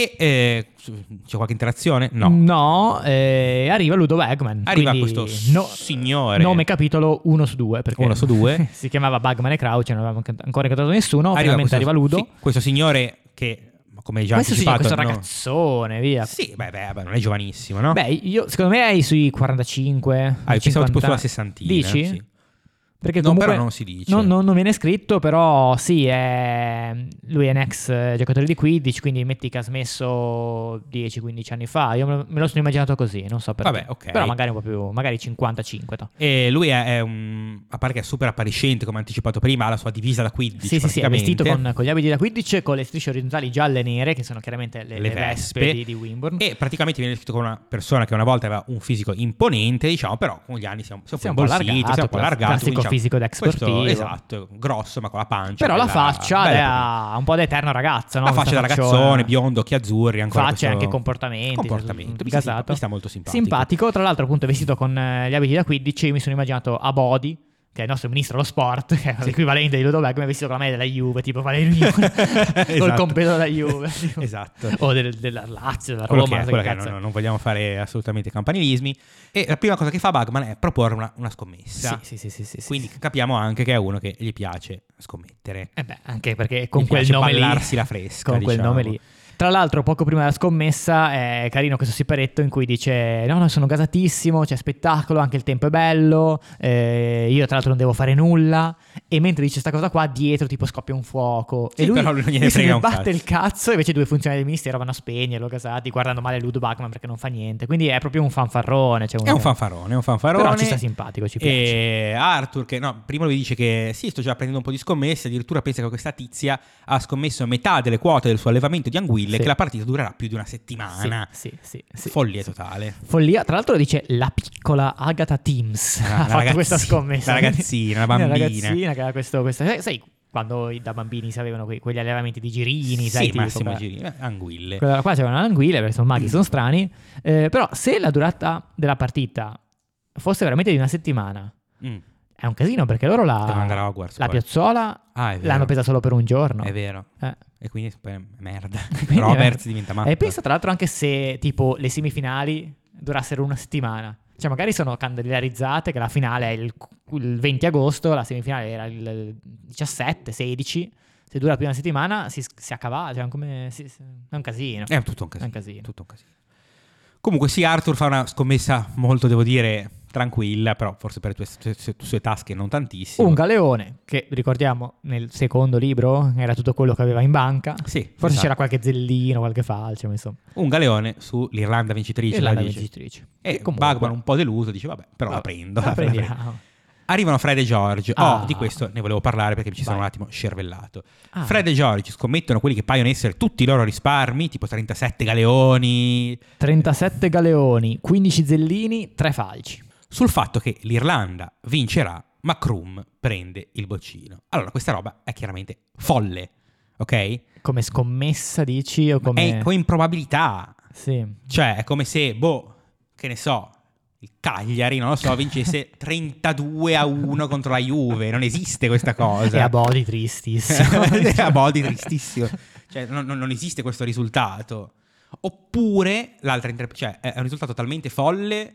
[SPEAKER 2] E eh, su- c'è qualche interazione? No.
[SPEAKER 1] eh, arriva Ludo Bagman.
[SPEAKER 2] Arriva
[SPEAKER 1] Mm, quindi
[SPEAKER 2] questo
[SPEAKER 1] no-
[SPEAKER 2] signore.
[SPEAKER 1] Nome capitolo 1 su 2.
[SPEAKER 2] Uno su due.
[SPEAKER 1] si chiamava Bagman e Crouch, non avevamo can- ancora incontrato nessuno. finalmente arriva Ludo.
[SPEAKER 2] sì, questo signore che, come già
[SPEAKER 1] questo sì,
[SPEAKER 2] anticipato...
[SPEAKER 1] questo
[SPEAKER 2] no-
[SPEAKER 1] ragazzone, via.
[SPEAKER 2] Sì, beh, beh, beh, non è giovanissimo, no?
[SPEAKER 1] Beh, io secondo me è sui 45.
[SPEAKER 2] Ah, io pensavo
[SPEAKER 1] 50.
[SPEAKER 2] tipo sulla sessantina.
[SPEAKER 1] Dici?
[SPEAKER 2] sì.
[SPEAKER 1] Perché
[SPEAKER 2] No,
[SPEAKER 1] comunque
[SPEAKER 2] però non si dice.
[SPEAKER 1] Non, non- non viene scritto, però sì, è... lui è un ex eh, giocatore di Quidditch, quindi metti che ha smesso 10-15 anni fa. Io me lo- me lo sono immaginato così, non so perché.
[SPEAKER 2] Vabbè, ok.
[SPEAKER 1] Però magari un po' più, magari 55. No?
[SPEAKER 2] E lui è, è un. A parte che è super appariscente, come anticipato prima, ha la sua divisa da
[SPEAKER 1] Sì,
[SPEAKER 2] 15.
[SPEAKER 1] sì, sì, è
[SPEAKER 2] praticamente.
[SPEAKER 1] vestito con, con gli abiti da 15, con le strisce orizzontali gialle e nere, che sono chiaramente le,
[SPEAKER 2] le,
[SPEAKER 1] le
[SPEAKER 2] vespe,
[SPEAKER 1] di, di Wimborne.
[SPEAKER 2] E praticamente viene descritto come una persona che una volta aveva un fisico imponente, diciamo, però con gli anni siamo, siamo,
[SPEAKER 1] Si è
[SPEAKER 2] un po' allargati, siamo un po'
[SPEAKER 1] allargato,
[SPEAKER 2] allargati,
[SPEAKER 1] classico
[SPEAKER 2] quindi diciamo,
[SPEAKER 1] fisico da ex
[SPEAKER 2] questo-
[SPEAKER 1] sportivo.
[SPEAKER 2] Esatto, grosso ma con la pancia.
[SPEAKER 1] Però la
[SPEAKER 2] bella-
[SPEAKER 1] faccia
[SPEAKER 2] bella
[SPEAKER 1] è
[SPEAKER 2] proprio.
[SPEAKER 1] a- un po' da eterno ragazzo, no?
[SPEAKER 2] la faccia da
[SPEAKER 1] Questa
[SPEAKER 2] ragazzone,
[SPEAKER 1] facciona.
[SPEAKER 2] biondo, occhi azzurri, ancora
[SPEAKER 1] Faccia e
[SPEAKER 2] questo-
[SPEAKER 1] anche comportamenti.
[SPEAKER 2] Comportamento, mi sta
[SPEAKER 1] gasato.
[SPEAKER 2] simpa- mi sta molto simpatico.
[SPEAKER 1] Simpatico, tra l'altro appunto vestito con eh, gli abiti da 15, mi sono immaginato a Body, che è il nostro ministro dello sport, che è l'equivalente di Ludo Beckham, è vestito con la maglia della Juve, tipo Valerio Gnocchi, col
[SPEAKER 2] Esatto.
[SPEAKER 1] competo della Juve.
[SPEAKER 2] Esatto.
[SPEAKER 1] O del- della Lazio, della
[SPEAKER 2] Quello
[SPEAKER 1] Roma, non
[SPEAKER 2] che è,
[SPEAKER 1] so
[SPEAKER 2] quello
[SPEAKER 1] che
[SPEAKER 2] che è,
[SPEAKER 1] cazzo.
[SPEAKER 2] non, non vogliamo fare assolutamente campanilismi. E la prima cosa che fa Bugman è proporre una, una scommessa.
[SPEAKER 1] Sì, sì, sì, sì, sì, sì.
[SPEAKER 2] Quindi capiamo anche che è uno che gli piace scommettere.
[SPEAKER 1] Eh beh, anche perché con
[SPEAKER 2] Mi
[SPEAKER 1] quel
[SPEAKER 2] piace
[SPEAKER 1] nome lì
[SPEAKER 2] ballarsi la fresca,
[SPEAKER 1] Con quel
[SPEAKER 2] diciamo.
[SPEAKER 1] nome lì. Tra l'altro, poco prima della scommessa è carino questo siparetto in cui dice: No, no, sono gasatissimo, c'è spettacolo, anche il tempo è bello. eh, io, tra l'altro, non devo fare nulla. E mentre dice questa cosa qua, dietro tipo scoppia un fuoco.
[SPEAKER 2] Sì,
[SPEAKER 1] e lui,
[SPEAKER 2] però non gliene
[SPEAKER 1] lui se
[SPEAKER 2] frega
[SPEAKER 1] ne
[SPEAKER 2] un
[SPEAKER 1] batte
[SPEAKER 2] cazzo.
[SPEAKER 1] il cazzo. e Invece, due funzionari del ministero vanno a spegnerlo, gasati, guardando male Ludo Bachman perché non fa niente. Quindi è proprio un fanfarrone. cioè
[SPEAKER 2] È un fanfarone, è un fanfarone.
[SPEAKER 1] Però ci sta simpatico, ci piace.
[SPEAKER 2] E Arthur, che no, prima lui dice che sì, sto già prendendo un po' di scommesse. Addirittura pensa che questa tizia ha scommesso metà delle quote del suo allevamento di anguille.
[SPEAKER 1] Sì.
[SPEAKER 2] Che la partita durerà più di una settimana.
[SPEAKER 1] Sì, sì, sì, sì.
[SPEAKER 2] Follia totale.
[SPEAKER 1] Follia, tra l'altro lo dice la piccola Agatha Teams
[SPEAKER 2] Ah,
[SPEAKER 1] ha
[SPEAKER 2] la
[SPEAKER 1] fatto
[SPEAKER 2] ragazzi-
[SPEAKER 1] questa scommessa.
[SPEAKER 2] la ragazzina, la bambina.
[SPEAKER 1] Una ragazzina che aveva questo, questo- sai- Sai quando i- da bambini si avevano quei- quegli allevamenti di girini, sai?
[SPEAKER 2] sì,
[SPEAKER 1] tipo,
[SPEAKER 2] Massimo
[SPEAKER 1] quella-
[SPEAKER 2] Girini, eh, anguille.
[SPEAKER 1] Quella qua c'erano le anguille perché sono maghi, sono strani. Eh, però se la durata della partita fosse veramente di una settimana,
[SPEAKER 2] Mm.
[SPEAKER 1] è un casino perché loro
[SPEAKER 2] Devono andare a
[SPEAKER 1] la,
[SPEAKER 2] Hogwarts.
[SPEAKER 1] la
[SPEAKER 2] poi.
[SPEAKER 1] piazzola
[SPEAKER 2] Ah, è vero.
[SPEAKER 1] l'hanno presa solo per un giorno.
[SPEAKER 2] È vero.
[SPEAKER 1] Eh.
[SPEAKER 2] E quindi poi è merda.
[SPEAKER 1] Quindi,
[SPEAKER 2] Roberts
[SPEAKER 1] eh,
[SPEAKER 2] diventa matto.
[SPEAKER 1] E pensa tra l'altro anche se tipo le semifinali durassero una settimana. Cioè magari sono candidarizzate che la finale è il, il 20 agosto, la semifinale era il 17, 16. Se dura più di una settimana si, si accava, cioè come, si- si- è un casino.
[SPEAKER 2] È Eh, tutto un casino.
[SPEAKER 1] È un casino.
[SPEAKER 2] tutto un casino. Comunque sì, Arthur fa una scommessa molto, devo dire, tranquilla, però forse per le tue, tue- tue- sue tasche non tantissimo.
[SPEAKER 1] Un galeone che ricordiamo nel secondo libro era tutto quello che aveva in banca.
[SPEAKER 2] Sì,
[SPEAKER 1] Forse
[SPEAKER 2] esatto.
[SPEAKER 1] c'era qualche zellino, qualche falce, ma insomma.
[SPEAKER 2] Un galeone sull'Irlanda vincitrice.
[SPEAKER 1] E la
[SPEAKER 2] la dice.
[SPEAKER 1] vincitrice.
[SPEAKER 2] E
[SPEAKER 1] comunque-
[SPEAKER 2] Bagman un po' deluso dice vabbè, però la
[SPEAKER 1] Vabbè,
[SPEAKER 2] prendo.
[SPEAKER 1] la
[SPEAKER 2] la prendo.
[SPEAKER 1] prendiamo.
[SPEAKER 2] Arrivano Fred e George.
[SPEAKER 1] Ah.
[SPEAKER 2] Oh, di questo ne volevo parlare perché mi ci sono
[SPEAKER 1] Vai.
[SPEAKER 2] un attimo scervellato.
[SPEAKER 1] Ah.
[SPEAKER 2] Fred e George scommettono quelli che paiono essere tutti i loro risparmi, tipo 37 galeoni,
[SPEAKER 1] 37 galeoni, 15 zellini, 3 falci.
[SPEAKER 2] sul fatto che l'Irlanda vincerà, ma Krum prende il boccino. Allora, questa roba è chiaramente folle, ok?
[SPEAKER 1] Come scommessa dici o
[SPEAKER 2] È
[SPEAKER 1] come...
[SPEAKER 2] con improbabilità.
[SPEAKER 1] Sì.
[SPEAKER 2] Cioè, è come se, boh, che ne so, il Cagliari, non lo so, vincesse 32 a 1 contro la Juve. Non esiste questa cosa.
[SPEAKER 1] E a Body tristissimo. diciamo.
[SPEAKER 2] È Esatto. a Body tristissimo. Cioè, non, non- non esiste questo risultato. Oppure l'altra interpre- cioè, è un risultato talmente folle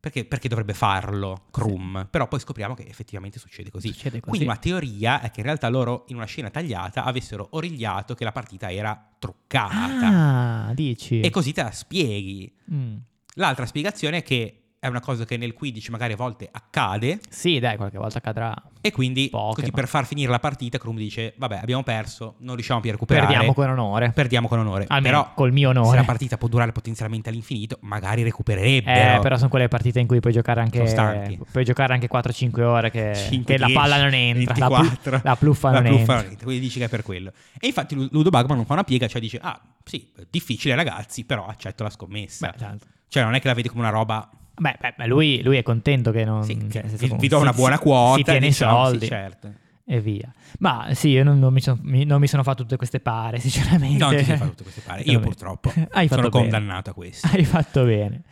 [SPEAKER 2] perché, perché dovrebbe farlo Krum. Però poi scopriamo che effettivamente succede così.
[SPEAKER 1] Succede così.
[SPEAKER 2] Quindi una teoria è che in realtà loro in una scena tagliata avessero origliato che la partita era truccata.
[SPEAKER 1] Ah, dici.
[SPEAKER 2] E così te la spieghi.
[SPEAKER 1] Mm.
[SPEAKER 2] L'altra spiegazione è che è una cosa che nel 15 magari a volte accade
[SPEAKER 1] Sì, dai, qualche volta cadrà.
[SPEAKER 2] e quindi
[SPEAKER 1] Poche,
[SPEAKER 2] così
[SPEAKER 1] ma-
[SPEAKER 2] per far finire la partita Krum dice vabbè abbiamo perso, non riusciamo più a recuperare.
[SPEAKER 1] Perdiamo con onore.
[SPEAKER 2] Eh, Perdiamo con onore.
[SPEAKER 1] Almeno
[SPEAKER 2] però
[SPEAKER 1] col mio
[SPEAKER 2] se
[SPEAKER 1] onore.
[SPEAKER 2] la partita può durare potenzialmente all'infinito, magari recupererebbero.
[SPEAKER 1] eh, però sono quelle partite in cui puoi giocare anche,
[SPEAKER 2] Sono stanchi.
[SPEAKER 1] puoi giocare anche 4-5 ore che,
[SPEAKER 2] 5,
[SPEAKER 1] che la
[SPEAKER 2] 10,
[SPEAKER 1] palla non entra, la, plu-
[SPEAKER 2] 24.
[SPEAKER 1] la pluffa
[SPEAKER 2] La
[SPEAKER 1] non
[SPEAKER 2] pluffa
[SPEAKER 1] entra.
[SPEAKER 2] non entra, Quindi dici che è per quello. E infatti Lu- Ludo Bagman non fa una piega, cioè dice ah sì, difficile ragazzi, però accetto la scommessa.
[SPEAKER 1] Beh, tanto.
[SPEAKER 2] Cioè non è che la vedi come una roba
[SPEAKER 1] Beh, beh, beh, lui, lui è contento che non...
[SPEAKER 2] sì,
[SPEAKER 1] cioè,
[SPEAKER 2] cioè,
[SPEAKER 1] nel
[SPEAKER 2] vi,
[SPEAKER 1] senso,
[SPEAKER 2] vi do
[SPEAKER 1] si-
[SPEAKER 2] una
[SPEAKER 1] si-
[SPEAKER 2] buona quota,
[SPEAKER 1] Si tiene i
[SPEAKER 2] diciamo, sì,
[SPEAKER 1] soldi.
[SPEAKER 2] certo.
[SPEAKER 1] e via. Ma sì, io non, non mi, son- mi- non mi sono fatto tutte queste pare, sinceramente.
[SPEAKER 2] Non ti sei fatto tutte queste pare. Io
[SPEAKER 1] Veramente.
[SPEAKER 2] purtroppo
[SPEAKER 1] Hai
[SPEAKER 2] sono
[SPEAKER 1] fatto bene.
[SPEAKER 2] condannato a questo.
[SPEAKER 1] Hai fatto bene.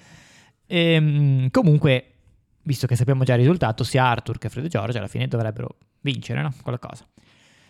[SPEAKER 1] Ehm, comunque, visto che sappiamo già il risultato, sia Arthur che Fred e George alla fine dovrebbero vincere, no? Qualcosa.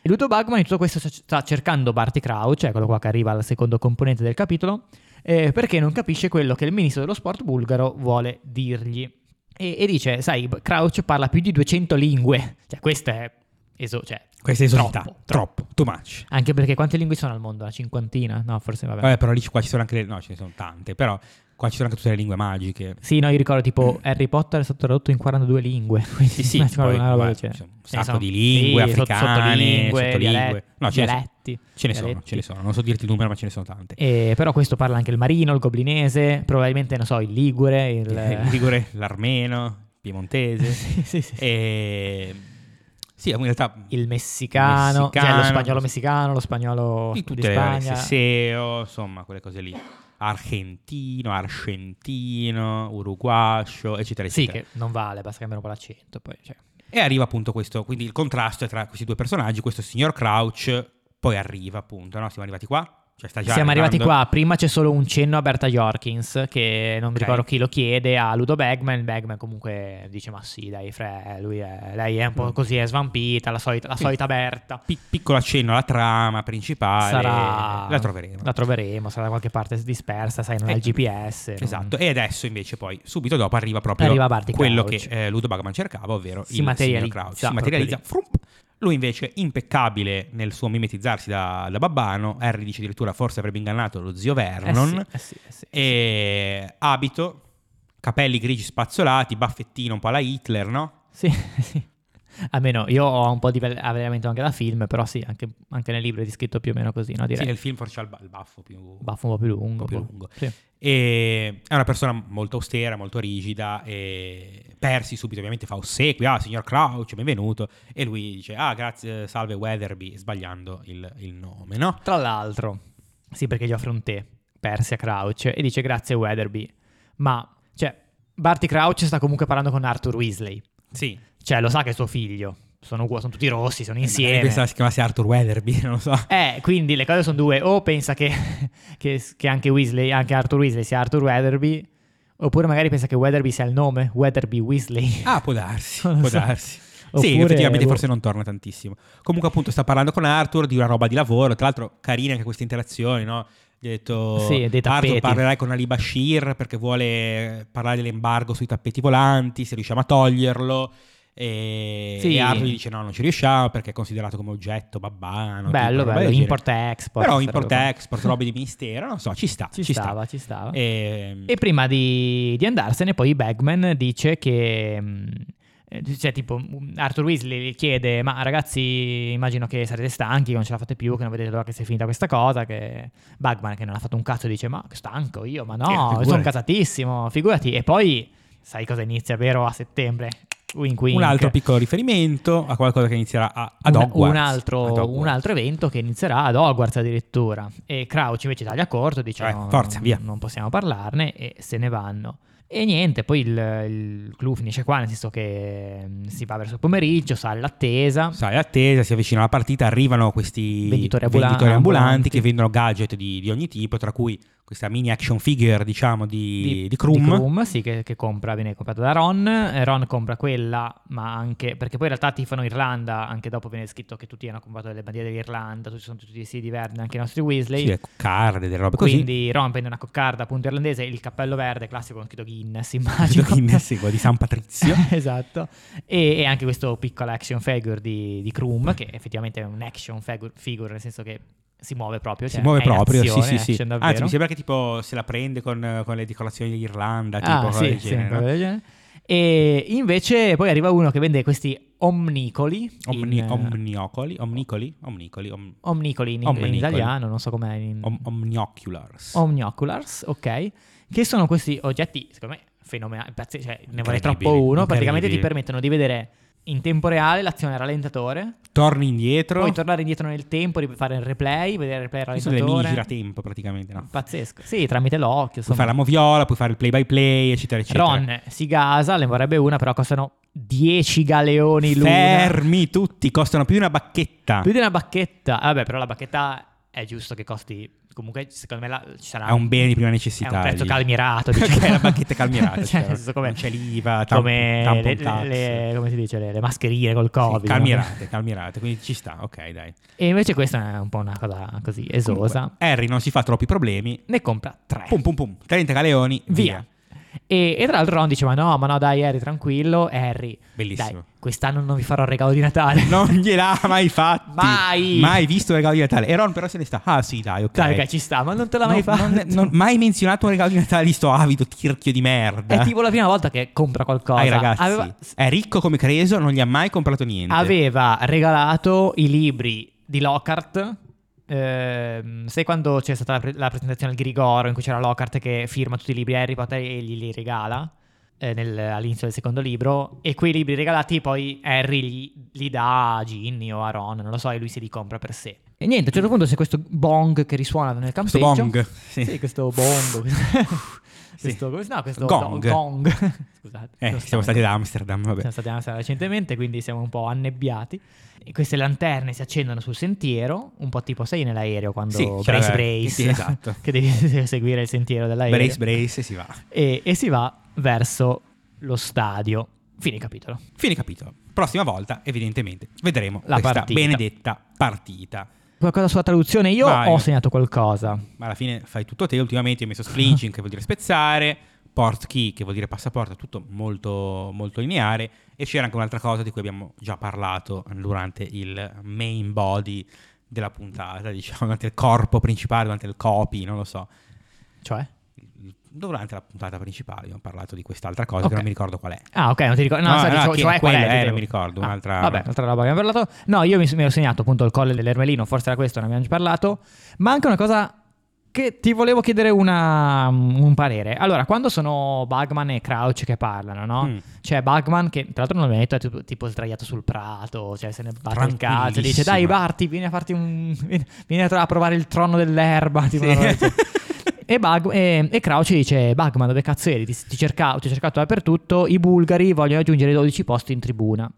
[SPEAKER 1] E Ludo Bagman in tutto questo sta- sta cercando Barty Crouch, è quello qua che arriva al secondo componente del capitolo, eh, perché non capisce quello che il ministro dello sport bulgaro vuole dirgli. E, e dice, sai, B- Crouch parla più di 200 lingue. Cioè, questa è... eso- cioè,
[SPEAKER 2] Questa è esosità.
[SPEAKER 1] Troppo,
[SPEAKER 2] Troppo, too much.
[SPEAKER 1] anche perché quante lingue sono al mondo? Una cinquantina? No, forse vabbè.
[SPEAKER 2] Vabbè, però lì ci- qua ci sono anche le... No, ce ne sono tante, però qua ci sono anche tutte le lingue magiche.
[SPEAKER 1] Sì, no, io ricordo tipo Harry Potter è stato tradotto in 42 lingue. Quindi
[SPEAKER 2] Mm. Sì, sì,
[SPEAKER 1] una cosa-
[SPEAKER 2] poi,
[SPEAKER 1] una roba
[SPEAKER 2] vabbè,
[SPEAKER 1] del genere.
[SPEAKER 2] c'è un
[SPEAKER 1] Ce ne
[SPEAKER 2] sacco
[SPEAKER 1] sono-
[SPEAKER 2] di lingue
[SPEAKER 1] sì, sotto-
[SPEAKER 2] africane,
[SPEAKER 1] sottolingue,
[SPEAKER 2] sottolingue.
[SPEAKER 1] dialetti,
[SPEAKER 2] No, cioè, ce ne sono-
[SPEAKER 1] dialetti,
[SPEAKER 2] Ce ne sono,
[SPEAKER 1] dialetti.
[SPEAKER 2] ce ne sono. Non so dirti il numero, ma ce ne sono tante.
[SPEAKER 1] Eh, però questo parla anche il marino, il goblinese, probabilmente, non so, il ligure, il...
[SPEAKER 2] Il Ligure, Eh, l'armeno, il piemontese.
[SPEAKER 1] Sì, sì, sì.
[SPEAKER 2] E... Sì, in realtà...
[SPEAKER 1] il messicano,
[SPEAKER 2] Messicano.
[SPEAKER 1] cioè lo spagnolo messicano, lo spagnolo
[SPEAKER 2] di tutte
[SPEAKER 1] di
[SPEAKER 2] le
[SPEAKER 1] Spagna.
[SPEAKER 2] varie Seseo, insomma, quelle cose lì. Argentino, argentino, uruguascio, eccetera,
[SPEAKER 1] Sì,
[SPEAKER 2] eccetera.
[SPEAKER 1] che non vale, basta cambiare un po' l'accento. Poi, cioè.
[SPEAKER 2] E arriva appunto questo, quindi il contrasto è tra questi due personaggi, questo signor Crouch, poi arriva appunto, no? Siamo arrivati qua? Cioè, sta già
[SPEAKER 1] Siamo arrivati
[SPEAKER 2] arrivando?
[SPEAKER 1] qua, prima c'è solo un cenno a Berta Jorkins che non mi
[SPEAKER 2] Ok.
[SPEAKER 1] ricordo chi lo chiede a Ludo Bagman, Bagman comunque dice ma sì dai Fre, lui è- lei è un po' così, è svampita, la solita, la
[SPEAKER 2] Mm. Sì.
[SPEAKER 1] solita Berta.
[SPEAKER 2] Pi- piccolo accenno alla trama principale,
[SPEAKER 1] Sarà...
[SPEAKER 2] la troveremo.
[SPEAKER 1] La troveremo, sarà da qualche parte dispersa, sai, non è il
[SPEAKER 2] Eh,
[SPEAKER 1] GPS. non-
[SPEAKER 2] Esatto, e adesso invece poi, subito dopo, arriva proprio
[SPEAKER 1] Arriva Barty
[SPEAKER 2] quello
[SPEAKER 1] Crouch.
[SPEAKER 2] che eh, Ludo Bagman cercava, ovvero
[SPEAKER 1] Si
[SPEAKER 2] il
[SPEAKER 1] materializza
[SPEAKER 2] signor Crouch. Si
[SPEAKER 1] proprio
[SPEAKER 2] materializza, frump. Lui invece, impeccabile nel suo mimetizzarsi da, da babbano, Harry dice addirittura forse avrebbe ingannato lo zio
[SPEAKER 1] Eh
[SPEAKER 2] Vernon,
[SPEAKER 1] sì, eh sì, eh sì.
[SPEAKER 2] e abito, capelli grigi spazzolati, baffettino un po' alla Hitler, no?
[SPEAKER 1] Sì, sì. Almeno io ho un po' di vel- avvelenamento anche da film, però sì, anche, anche nel libro è descritto più o meno così, no?
[SPEAKER 2] Sì,
[SPEAKER 1] Direi.
[SPEAKER 2] nel film forse ha il, ba- il baffo più...
[SPEAKER 1] Baffo un po' più lungo.
[SPEAKER 2] Un po' più
[SPEAKER 1] boh.
[SPEAKER 2] lungo.
[SPEAKER 1] Sì.
[SPEAKER 2] E è una persona molto austera, molto rigida. E Persi subito ovviamente fa ossequio, ah, signor Crouch, benvenuto. E lui dice, ah, grazie, salve Weatherby, sbagliando il, il nome, no?
[SPEAKER 1] Tra l'altro, sì, perché gli offre un tè, Persia Crouch, e dice grazie Weatherby, ma, cioè, Barty Crouch sta comunque parlando con Arthur Weasley,
[SPEAKER 2] Sì.
[SPEAKER 1] cioè lo sa che è suo figlio, sono, ugu- sono tutti rossi,
[SPEAKER 2] Eh,
[SPEAKER 1] sono insieme.
[SPEAKER 2] Pensava si chiamasse Arthur Weatherby, non lo so.
[SPEAKER 1] Eh, quindi le cose sono due, o pensa che, che- che anche, Weasley, anche Arthur Weasley sia Arthur Weatherby, oppure magari pensa che Weatherby sia il nome, Weatherby Weasley.
[SPEAKER 2] Ah, può darsi,
[SPEAKER 1] Non lo
[SPEAKER 2] può
[SPEAKER 1] so.
[SPEAKER 2] darsi. sì,
[SPEAKER 1] Oppure,
[SPEAKER 2] effettivamente
[SPEAKER 1] boh.
[SPEAKER 2] forse non torna tantissimo. Comunque appunto sta parlando con Arthur di una roba di lavoro, tra l'altro carina anche queste interazioni, no? Gli ha detto
[SPEAKER 1] Sì, dei tappeti."
[SPEAKER 2] Arthur parlerai con Ali Bashir perché vuole parlare dell'embargo sui tappeti volanti, se riusciamo a toglierlo. E,
[SPEAKER 1] Sì.
[SPEAKER 2] e Arthur gli dice no, non ci riusciamo perché è considerato come oggetto
[SPEAKER 1] bello,
[SPEAKER 2] babbano. tipo, roba
[SPEAKER 1] bello,
[SPEAKER 2] del genere.
[SPEAKER 1] import-export.
[SPEAKER 2] Però
[SPEAKER 1] sarebbe qua.
[SPEAKER 2] import-export, roba di mistero, non so, ci sta. Ehm,
[SPEAKER 1] Ci,
[SPEAKER 2] Ci,
[SPEAKER 1] stava, ci stava.
[SPEAKER 2] sta. E-
[SPEAKER 1] E prima di, di andarsene, poi Bagman dice che. mh, eh, Cioè, tipo, mh, Arthur Weasley gli chiede: Ma ragazzi, immagino che sarete stanchi, che non ce la fate più, che non vedete l'ora che sia finita questa cosa. Che Bagman, che non ha fatto un cazzo, dice: Ma stanco io, ma
[SPEAKER 2] Eh,
[SPEAKER 1] no,
[SPEAKER 2] figurati.
[SPEAKER 1] sono casatissimo, figurati. E poi, sai cosa inizia, vero? A settembre. Wink, wink.
[SPEAKER 2] Un altro piccolo riferimento a qualcosa che inizierà a, ad
[SPEAKER 1] Un-
[SPEAKER 2] Hogwarts.
[SPEAKER 1] Un
[SPEAKER 2] Ad
[SPEAKER 1] altro,
[SPEAKER 2] Hogwarts.
[SPEAKER 1] un altro evento che inizierà ad Hogwarts addirittura. E Crouch invece taglia corto, dice:
[SPEAKER 2] Eh,
[SPEAKER 1] "No,
[SPEAKER 2] forza,
[SPEAKER 1] non,
[SPEAKER 2] via."
[SPEAKER 1] non possiamo parlarne, e se ne vanno. E niente, poi il, il clou finisce qua, nel senso che mm, si va verso il pomeriggio, sale l'attesa.
[SPEAKER 2] Sai, attesa, si avvicina la partita, arrivano questi
[SPEAKER 1] Venditori ambulan-
[SPEAKER 2] venditori ambulanti,
[SPEAKER 1] ambulanti.
[SPEAKER 2] che vendono gadget di, di ogni tipo, tra cui questa mini action figure, diciamo, di, di, Krum.
[SPEAKER 1] sì, che, che compra, viene comprata da Ron. Eh, Ron compra quella, ma anche perché poi in realtà tifano Irlanda. Anche dopo viene scritto che tutti hanno comprato delle bandiere dell'Irlanda, tutti sono tutti vestiti di verde, anche i nostri Weasley.
[SPEAKER 2] Sì, ecco, card, delle robe così.
[SPEAKER 1] Quindi Ron prende una coccarda appunto irlandese, il cappello verde, classico con scritto Guinness, immagino.
[SPEAKER 2] Guinness, sì, quello di San Patrizio.
[SPEAKER 1] esatto. E, e anche questo piccolo action figure di, di Krum, che effettivamente è un action figu- figure, nel senso che si muove proprio.
[SPEAKER 2] Si
[SPEAKER 1] cioè,
[SPEAKER 2] muove
[SPEAKER 1] è in
[SPEAKER 2] proprio,
[SPEAKER 1] azione,
[SPEAKER 2] sì, sì, sì.
[SPEAKER 1] action davvero.
[SPEAKER 2] Anzi, mi sembra che tipo se la prende con, con le decorazioni dell'Irlanda, tipo
[SPEAKER 1] Ah,
[SPEAKER 2] roba
[SPEAKER 1] sì,
[SPEAKER 2] del
[SPEAKER 1] sì,
[SPEAKER 2] genere, no?
[SPEAKER 1] proprio del genere. E invece poi arriva uno che vende questi omnicoli.
[SPEAKER 2] Omni-
[SPEAKER 1] in, eh,
[SPEAKER 2] omniocoli, omnicoli, omnicoli, om-
[SPEAKER 1] omnicoli in, in
[SPEAKER 2] Omnicoli.
[SPEAKER 1] italiano, non so com'è in,
[SPEAKER 2] om- omnioculars.
[SPEAKER 1] Omnioculars, ok? Che sono questi oggetti, secondo me, fenomenali, pazzeschi, cioè, ne vorrei
[SPEAKER 2] Incredibili,
[SPEAKER 1] troppo uno, praticamente ti
[SPEAKER 2] incredibili.
[SPEAKER 1] permettono di vedere in tempo reale l'azione rallentatore,
[SPEAKER 2] Torni indietro.
[SPEAKER 1] puoi tornare indietro nel tempo, rip- fare il replay, vedere il replay
[SPEAKER 2] Ci sono delle mini
[SPEAKER 1] rallentatore.
[SPEAKER 2] giratempo praticamente, no?
[SPEAKER 1] Pazzesco. Sì, tramite l'occhio,
[SPEAKER 2] Puoi fare
[SPEAKER 1] insomma.
[SPEAKER 2] la cioè. moviola, puoi fare il play by play, eccetera, eccetera.
[SPEAKER 1] Ron si gasa, ne vorrebbe una, però costano 10 galeoni l'una.
[SPEAKER 2] Fermi tutti, costano più di una bacchetta.
[SPEAKER 1] Più di una bacchetta. Vabbè, però la bacchetta è giusto che costi comunque secondo me la- ci sarà
[SPEAKER 2] È un bene di prima
[SPEAKER 1] è
[SPEAKER 2] necessità.
[SPEAKER 1] un prezzo
[SPEAKER 2] lì.
[SPEAKER 1] calmierato diciamo.
[SPEAKER 2] Perché la bacchetta è calmierata.
[SPEAKER 1] Cioè,
[SPEAKER 2] cioè,
[SPEAKER 1] nel senso, come-
[SPEAKER 2] non c'è l'IVA, tam-
[SPEAKER 1] come,
[SPEAKER 2] tampon
[SPEAKER 1] le,
[SPEAKER 2] tax.
[SPEAKER 1] le- come si dice le, le mascherine col
[SPEAKER 2] Sì,
[SPEAKER 1] covid no?
[SPEAKER 2] calmierate, calmierate, quindi ci sta, ok, dai.
[SPEAKER 1] e invece questa è un po' una cosa così esosa
[SPEAKER 2] Comunque, Harry non si fa troppi problemi.
[SPEAKER 1] ne compra tre
[SPEAKER 2] Pum pum pum, 30 galeoni, via.
[SPEAKER 1] via e, e tra l'altro Ron dice ma no ma no dai Harry tranquillo Harry dai
[SPEAKER 2] Bellissimo.
[SPEAKER 1] quest'anno non vi farò il regalo di Natale
[SPEAKER 2] Non gliel'ha mai fatti.
[SPEAKER 1] Mai.
[SPEAKER 2] Mai visto un regalo di Natale. E Ron però se ne sta. Ah sì, dai, ok.
[SPEAKER 1] dai ok, ci sta ma non te l'ha mai
[SPEAKER 2] Non-
[SPEAKER 1] fatto
[SPEAKER 2] non- non- mai menzionato un regalo di Natale di sto avido tirchio di merda.
[SPEAKER 1] è tipo la prima volta che compra qualcosa
[SPEAKER 2] Ai ragazzi,
[SPEAKER 1] aveva,
[SPEAKER 2] è ricco come Creso, non gli ha mai comprato niente.
[SPEAKER 1] aveva regalato i libri di Lockhart. Ehm, sai quando c'è stata la, pre- la presentazione al Grigoro in cui c'era Lockhart che firma tutti i libri di Harry Potter e glieli regala eh, nel- all'inizio del secondo libro e quei libri regalati poi Harry gli- li dà a Ginny o a Ron, non lo so, e lui se li compra per sé. E niente, a un certo punto c'è questo bong che risuona nel
[SPEAKER 2] Questo
[SPEAKER 1] campeggio.
[SPEAKER 2] bong. Sì.
[SPEAKER 1] Sì, questo bombo. Questo, come si- no, questo
[SPEAKER 2] Gong.
[SPEAKER 1] do- gong. Scusate.
[SPEAKER 2] Eh,
[SPEAKER 1] lo
[SPEAKER 2] siamo stati ad Amsterdam, vabbè.
[SPEAKER 1] Siamo stati a Amsterdam recentemente, quindi siamo un po' annebbiati. E queste lanterne si accendono sul sentiero, un po' tipo sei nell'aereo quando
[SPEAKER 2] Sì,
[SPEAKER 1] brace
[SPEAKER 2] cioè,
[SPEAKER 1] brace,
[SPEAKER 2] sì, esatto.
[SPEAKER 1] che devi seguire il sentiero dell'aereo.
[SPEAKER 2] Brace, brace, si va.
[SPEAKER 1] E, e si va verso lo stadio. Fine capitolo.
[SPEAKER 2] Fine capitolo. Prossima volta, evidentemente, vedremo
[SPEAKER 1] La
[SPEAKER 2] questa
[SPEAKER 1] partita.
[SPEAKER 2] benedetta partita.
[SPEAKER 1] Qualcosa sulla traduzione? Io
[SPEAKER 2] Vai.
[SPEAKER 1] ho segnato qualcosa.
[SPEAKER 2] Ma alla fine fai tutto te. Ultimamente io ho messo splinching, che vuol dire spezzare, port key, che vuol dire passaporto, tutto molto, molto lineare. E c'era anche un'altra cosa di cui abbiamo già parlato durante il main body della puntata, diciamo, durante il corpo principale, durante il copy, non lo so.
[SPEAKER 1] Cioè?
[SPEAKER 2] Durante la puntata principale abbiamo parlato di quest'altra cosa
[SPEAKER 1] Ok.
[SPEAKER 2] che non mi ricordo qual è.
[SPEAKER 1] Ah, ok, non ti ricordo. No,
[SPEAKER 2] No,
[SPEAKER 1] sai,
[SPEAKER 2] no,
[SPEAKER 1] dicevo-
[SPEAKER 2] che-
[SPEAKER 1] cioè, qual
[SPEAKER 2] quella
[SPEAKER 1] è,
[SPEAKER 2] era,
[SPEAKER 1] dicevo.
[SPEAKER 2] mi ricordo,
[SPEAKER 1] Ah,
[SPEAKER 2] un'altra-
[SPEAKER 1] vabbè, un'altra roba che abbiamo parlato. No, io mi, mi ero segnato appunto il colle dell'ermelino, forse era questo, ne abbiamo già parlato. Ma anche una cosa che ti volevo chiedere una- mm, un parere. Allora, quando sono Bugman e Crouch che parlano, no?
[SPEAKER 2] Mm.
[SPEAKER 1] C'è Bugman che, tra l'altro, non mi ha detto, è tipo, tipo sdraiato sul prato, cioè se ne batte il cazzo. Dice,
[SPEAKER 2] Tranquillissimo.
[SPEAKER 1] dai, Barti, vieni a farti un. vieni- Vieni a, tro- a provare il trono dell'erba. Tipo
[SPEAKER 2] Sì.
[SPEAKER 1] una roba del genere. E, Bug- e, e Crouch dice: Bugman, dove cazzo eri? Ti, ti cercavo, ti ho cercato dappertutto. I bulgari vogliono aggiungere 12 posti in tribuna.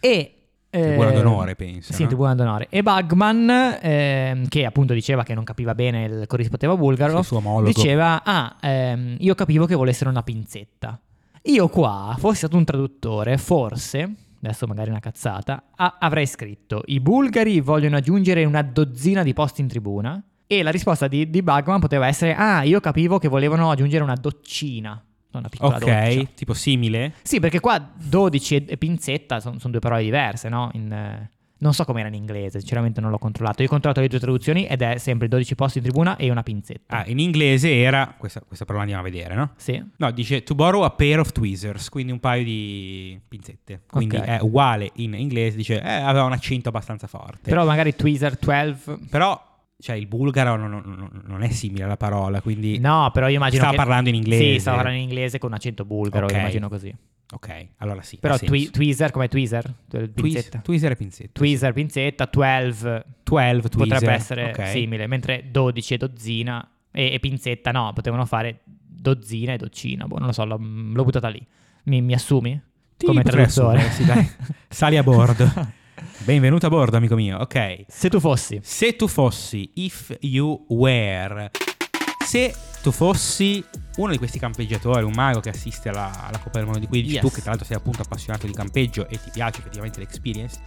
[SPEAKER 1] E.
[SPEAKER 2] Tribuna
[SPEAKER 1] eh,
[SPEAKER 2] d'onore, penso,
[SPEAKER 1] Sì,
[SPEAKER 2] no?
[SPEAKER 1] tribuna d'onore. E Bugman, ehm, che appunto diceva che non capiva bene il corrispondeva bulgaro,
[SPEAKER 2] Il suo omologo.
[SPEAKER 1] diceva: Ah, ehm, io capivo che volessero una pinzetta. Io qua, fossi stato un traduttore, forse, adesso magari una cazzata, a- avrei scritto i bulgari vogliono aggiungere una dozzina di posti in tribuna e la risposta di, di Bugman poteva essere ah, io capivo che volevano aggiungere una doccina, non una piccola
[SPEAKER 2] ok,
[SPEAKER 1] doccia.
[SPEAKER 2] tipo simile.
[SPEAKER 1] Sì, perché qua 12 e, e pinzetta sono due parole diverse, no? In, eh, non so com'era in inglese, sinceramente non l'ho controllato. Io ho controllato le due traduzioni ed è sempre 12 posti in tribuna e una pinzetta.
[SPEAKER 2] Ah, in inglese era, questa, questa parola andiamo a vedere, no?
[SPEAKER 1] Sì.
[SPEAKER 2] No, dice to borrow a pair of tweezers, quindi un paio di pinzette. Quindi
[SPEAKER 1] Ok.
[SPEAKER 2] è uguale in inglese, dice eh, aveva un accento abbastanza forte.
[SPEAKER 1] Però magari tweezer 12
[SPEAKER 2] Però, cioè, il bulgaro non, non- non è simile alla parola, quindi...
[SPEAKER 1] No, però io immagino.
[SPEAKER 2] Stava
[SPEAKER 1] che-
[SPEAKER 2] parlando in inglese.
[SPEAKER 1] Sì, stava parlando in inglese con accento bulgaro,
[SPEAKER 2] Ok.
[SPEAKER 1] io immagino così.
[SPEAKER 2] Ok, allora sì.
[SPEAKER 1] Però
[SPEAKER 2] ha senso.
[SPEAKER 1] twi- tweezer, come tweezer? Twe-
[SPEAKER 2] Tweez-
[SPEAKER 1] Pinzetta.
[SPEAKER 2] tweezer e pinzette.
[SPEAKER 1] tweezer, pinzetta, 12
[SPEAKER 2] 12, tweezer.
[SPEAKER 1] potrebbe essere
[SPEAKER 2] ok.
[SPEAKER 1] simile, mentre 12 e dozzina e, e pinzetta no, potevano fare dozzina e doccina, boh, non lo so, l'ho, l'ho buttata lì. Mi, mi assumi?
[SPEAKER 2] Ti
[SPEAKER 1] come
[SPEAKER 2] potrei
[SPEAKER 1] traduttore.
[SPEAKER 2] assumere, sì, dai. Sali a bordo. Benvenuto a bordo, amico mio. Ok.
[SPEAKER 1] Se tu fossi,
[SPEAKER 2] Se tu fossi, if you were, se tu fossi uno di questi campeggiatori, un mago che assiste alla, alla Coppa del Mondo di 15,
[SPEAKER 1] Yes.
[SPEAKER 2] tu che tra l'altro sei appunto appassionato di campeggio e ti piace effettivamente l'experience,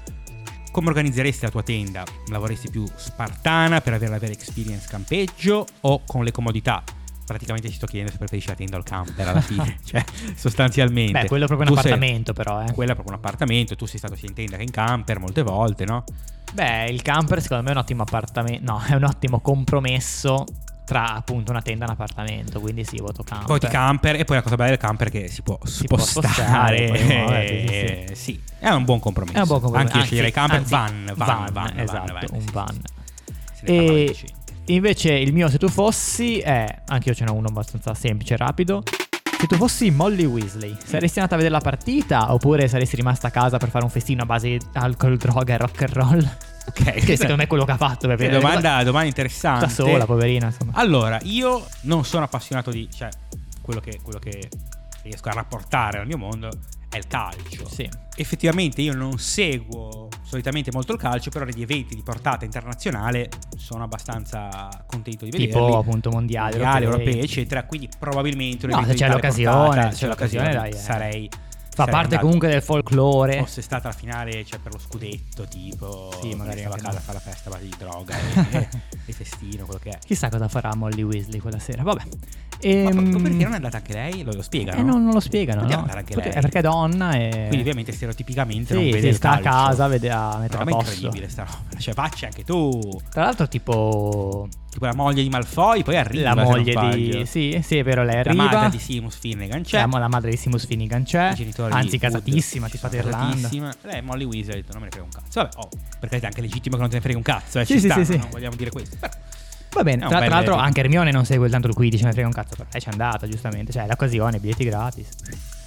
[SPEAKER 2] come organizzeresti la tua tenda? La vorresti più spartana per avere la vera experience campeggio o con le comodità? Praticamente ci sto chiedendo se preferisci la tenda o il camper alla fine, cioè sostanzialmente.
[SPEAKER 1] beh, quello è proprio un
[SPEAKER 2] Tu sei-
[SPEAKER 1] appartamento però, eh.
[SPEAKER 2] Quello è proprio un appartamento, tu sei stato sia in tenda che in camper molte volte, no?
[SPEAKER 1] Beh, il camper secondo me è un ottimo appartamento, no, è un ottimo compromesso tra appunto una tenda e un appartamento, quindi sì, voto camper.
[SPEAKER 2] Poi ti camper e poi la cosa bella del camper è che si può
[SPEAKER 1] Si può
[SPEAKER 2] spostare.
[SPEAKER 1] spostare, puoi muoverti, sì,
[SPEAKER 2] Eh, sì, È un buon compromesso.
[SPEAKER 1] È un buon compromesso.
[SPEAKER 2] Anche io sceglierei camper
[SPEAKER 1] anzi,
[SPEAKER 2] van, van, van, van,
[SPEAKER 1] esatto,
[SPEAKER 2] van,
[SPEAKER 1] un
[SPEAKER 2] sì,
[SPEAKER 1] van.
[SPEAKER 2] sì, se ne parla di
[SPEAKER 1] E
[SPEAKER 2] cento.
[SPEAKER 1] invece il mio se tu fossi è anche io ce n'ho uno abbastanza semplice e rapido. Se tu fossi Molly Weasley, saresti andata a vedere la partita oppure saresti rimasta a casa per fare un festino a base di alcol, droga e rock and roll?
[SPEAKER 2] Ok,
[SPEAKER 1] che secondo me è quello che ha fatto
[SPEAKER 2] Che
[SPEAKER 1] perché
[SPEAKER 2] domanda, domanda interessante.
[SPEAKER 1] da sola, poverina, insomma.
[SPEAKER 2] Allora, io non sono appassionato di... Cioè, quello che, quello che riesco a rapportare al mio mondo è il calcio.
[SPEAKER 1] Sì.
[SPEAKER 2] Effettivamente io non seguo solitamente molto il calcio, però gli eventi di portata internazionale sono abbastanza contento di vederli.
[SPEAKER 1] Tipo appunto mondiali,
[SPEAKER 2] mondiali,
[SPEAKER 1] europei.
[SPEAKER 2] europei, eccetera. Quindi probabilmente un
[SPEAKER 1] No, se
[SPEAKER 2] evento di
[SPEAKER 1] c'è
[SPEAKER 2] tale
[SPEAKER 1] l'occasione,
[SPEAKER 2] portata,
[SPEAKER 1] se c'è l'occasione, dai, eh.
[SPEAKER 2] sarei.
[SPEAKER 1] Fa
[SPEAKER 2] sarei
[SPEAKER 1] parte
[SPEAKER 2] andato.
[SPEAKER 1] comunque del folklore.
[SPEAKER 2] Fosse stata la finale, cioè per lo scudetto, tipo.
[SPEAKER 1] Sì, magari
[SPEAKER 2] mi stavo a
[SPEAKER 1] anche
[SPEAKER 2] casa
[SPEAKER 1] no.
[SPEAKER 2] a fare la festa a base di droga e, e festino, quello che è.
[SPEAKER 1] Chissà cosa farà Molly Weasley quella sera. Vabbè.
[SPEAKER 2] Ma
[SPEAKER 1] Ehm,
[SPEAKER 2] proprio perché non è andata anche lei? Lo, lo spiegano.
[SPEAKER 1] eh, non, non lo spiegano,
[SPEAKER 2] Poteva
[SPEAKER 1] no?
[SPEAKER 2] andare anche
[SPEAKER 1] Perché-
[SPEAKER 2] lei.
[SPEAKER 1] È perché è donna e...
[SPEAKER 2] Quindi, ovviamente, stereotipicamente non
[SPEAKER 1] Sì,
[SPEAKER 2] vede
[SPEAKER 1] sì,
[SPEAKER 2] il
[SPEAKER 1] sta a
[SPEAKER 2] calcio.
[SPEAKER 1] casa, vede a metà
[SPEAKER 2] Una
[SPEAKER 1] a
[SPEAKER 2] roba
[SPEAKER 1] posto.
[SPEAKER 2] incredibile sta roba. Cioè, facci anche tu.
[SPEAKER 1] Tra l'altro, tipo
[SPEAKER 2] Tipo la moglie di Malfoy, poi
[SPEAKER 1] la
[SPEAKER 2] arriva. se non
[SPEAKER 1] moglie
[SPEAKER 2] sbaglio.
[SPEAKER 1] di. Sì, sì, è vero, lei
[SPEAKER 2] La
[SPEAKER 1] arriva.
[SPEAKER 2] madre di Seamus Finnegan c'è.
[SPEAKER 1] la, mo- la madre di Simus Finnegan c'è.
[SPEAKER 2] I genitori
[SPEAKER 1] Eh, Anzi,
[SPEAKER 2] di Wood
[SPEAKER 1] casatissima,
[SPEAKER 2] ci
[SPEAKER 1] ci fa
[SPEAKER 2] sono
[SPEAKER 1] Irlanda.
[SPEAKER 2] casatissima. Lei è Molly Weasley, ha detto non me ne frega un cazzo. Vabbè, oh, per carità, è anche legittimo che non te ne frega un cazzo, eh,
[SPEAKER 1] Sì,
[SPEAKER 2] ci
[SPEAKER 1] sì,
[SPEAKER 2] sta,
[SPEAKER 1] sì, sì.
[SPEAKER 2] non vogliamo dire questo. Però,
[SPEAKER 1] Va bene.
[SPEAKER 2] È un
[SPEAKER 1] Tra,
[SPEAKER 2] bel
[SPEAKER 1] tra l'altro,
[SPEAKER 2] detto.
[SPEAKER 1] anche Hermione non segue tanto il 15, me ne frega un cazzo. Però lei c'è andata, giustamente. Cioè, è l'occasione, biglietti gratis.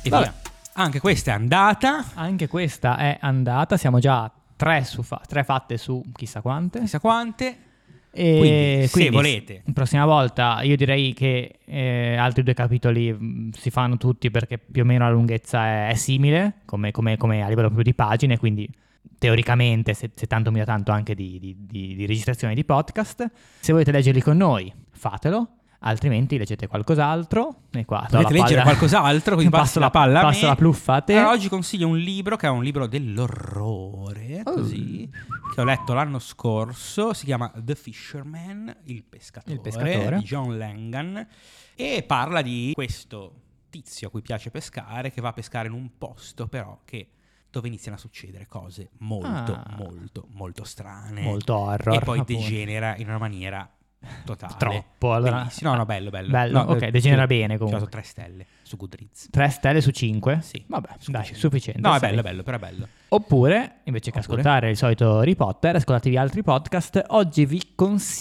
[SPEAKER 2] e
[SPEAKER 1] Vabbè.
[SPEAKER 2] via. Anche questa è andata,
[SPEAKER 1] Anche questa è andata. Siamo già a tre, su fa- tre fatte su chissà quante.
[SPEAKER 2] chissà quante.
[SPEAKER 1] E
[SPEAKER 2] Quindi, se
[SPEAKER 1] quindi,
[SPEAKER 2] volete.
[SPEAKER 1] s- Prossima volta io direi che eh, altri due capitoli mh, si fanno tutti perché più o meno la lunghezza è, è simile come, come- come a livello proprio di pagine, quindi teoricamente se, se tanto mi da tanto anche di, di- di- di registrazione di podcast. Se volete leggerli con noi fatelo, altrimenti leggete qualcos'altro. E qua do la
[SPEAKER 2] Potete leggere
[SPEAKER 1] palla-
[SPEAKER 2] qualcos'altro, quindi passo, la palla. a
[SPEAKER 1] passo
[SPEAKER 2] me.
[SPEAKER 1] la pluffa a te.
[SPEAKER 2] Allora, oggi consiglio un libro che è un libro dell'orrore,
[SPEAKER 1] Oh.
[SPEAKER 2] così, che ho letto l'anno scorso, si chiama The Fisherman, il pescatore,
[SPEAKER 1] Il pescatore.
[SPEAKER 2] di John Langan, e parla di questo tizio a cui piace pescare, che va a pescare in un posto però che dove iniziano a succedere cose molto,
[SPEAKER 1] Ah.
[SPEAKER 2] molto, molto strane.
[SPEAKER 1] Molto horror.
[SPEAKER 2] e poi
[SPEAKER 1] appunto.
[SPEAKER 2] degenera in una maniera totale.
[SPEAKER 1] Troppo, allora-
[SPEAKER 2] Bellissimo. No, no, bello, bello.
[SPEAKER 1] Bello,
[SPEAKER 2] No,
[SPEAKER 1] ok,
[SPEAKER 2] eh,
[SPEAKER 1] degenera
[SPEAKER 2] sì.
[SPEAKER 1] bene
[SPEAKER 2] Ci ho dato
[SPEAKER 1] comunque.
[SPEAKER 2] 3 stelle su Goodreads.
[SPEAKER 1] 3 stelle su 5?
[SPEAKER 2] Sì.
[SPEAKER 1] Vabbè,
[SPEAKER 2] Sufficiente.
[SPEAKER 1] dai, sufficiente.
[SPEAKER 2] No, è
[SPEAKER 1] sei.
[SPEAKER 2] bello, è bello, però è bello.
[SPEAKER 1] Oppure, invece che
[SPEAKER 2] Oppure?
[SPEAKER 1] ascoltare il solito Harry Potter, ascoltatevi altri podcast. Oggi vi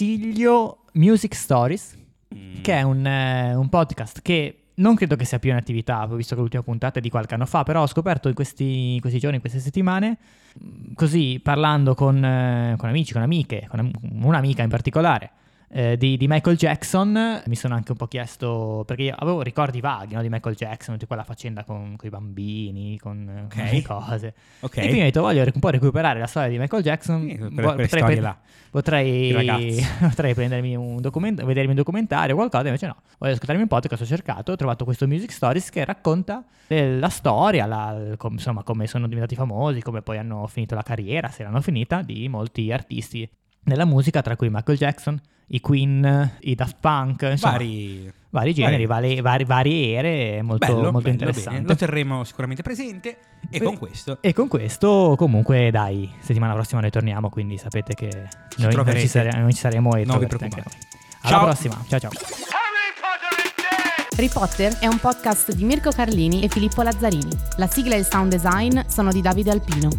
[SPEAKER 1] consiglio Music Stories,
[SPEAKER 2] Mm.
[SPEAKER 1] che è un, eh, un podcast che non credo che sia più in attività, ho visto che l'ultima puntata è di qualche anno fa, però ho scoperto in questi, in questi giorni, in queste settimane, mh, così parlando con, eh, con amici, con amiche, con am- un'amica in particolare. eh, di, di Michael Jackson eh, mi sono anche un po' chiesto perché io avevo ricordi vaghi no, di Michael Jackson di quella faccenda con, i bambini con,
[SPEAKER 2] Ok.
[SPEAKER 1] con le cose
[SPEAKER 2] Ok.
[SPEAKER 1] e quindi ho detto voglio un po' recuperare la storia di Michael Jackson.
[SPEAKER 2] Sì, per-
[SPEAKER 1] vo-
[SPEAKER 2] per le storie
[SPEAKER 1] pre-
[SPEAKER 2] là. I
[SPEAKER 1] potrei,
[SPEAKER 2] ragazzi.
[SPEAKER 1] potrei prendermi un documento, vedermi un documentario o qualcosa, invece no. Voglio ascoltarmi un podcast, ho cercato, ho trovato questo Music Stories che racconta eh, la storia, la- il com- insomma come sono diventati famosi, come poi hanno finito la carriera, se l'hanno finita, di molti artisti della musica, tra cui Michael Jackson, i Queen, i Daft Punk, insomma vari,
[SPEAKER 2] Vari...
[SPEAKER 1] generi, vari- vari- varie ere, molto,
[SPEAKER 2] bello,
[SPEAKER 1] molto
[SPEAKER 2] bello,
[SPEAKER 1] interessante.
[SPEAKER 2] bene. Lo terremo sicuramente presente. E
[SPEAKER 1] Beh,
[SPEAKER 2] con questo
[SPEAKER 1] E con questo, comunque, dai, settimana prossima noi torniamo, quindi sapete che noi, noi
[SPEAKER 2] troverete.
[SPEAKER 1] ci, saremo, noi ci saremo e
[SPEAKER 2] non vi
[SPEAKER 1] troverete anche
[SPEAKER 2] preoccupate.
[SPEAKER 1] noi. Alla
[SPEAKER 2] Ciao.
[SPEAKER 1] prossima, ciao ciao.
[SPEAKER 3] Harry Potter is dead!
[SPEAKER 5] Harry Potter è un podcast di Mirko Carlini e Filippo Lazzarini. La sigla e il sound design sono di Davide Alpino.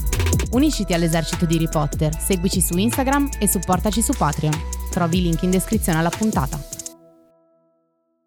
[SPEAKER 5] Unisciti all'esercito di Harry Potter, seguici su Instagram e supportaci su Patreon. Trovi i link in descrizione alla puntata.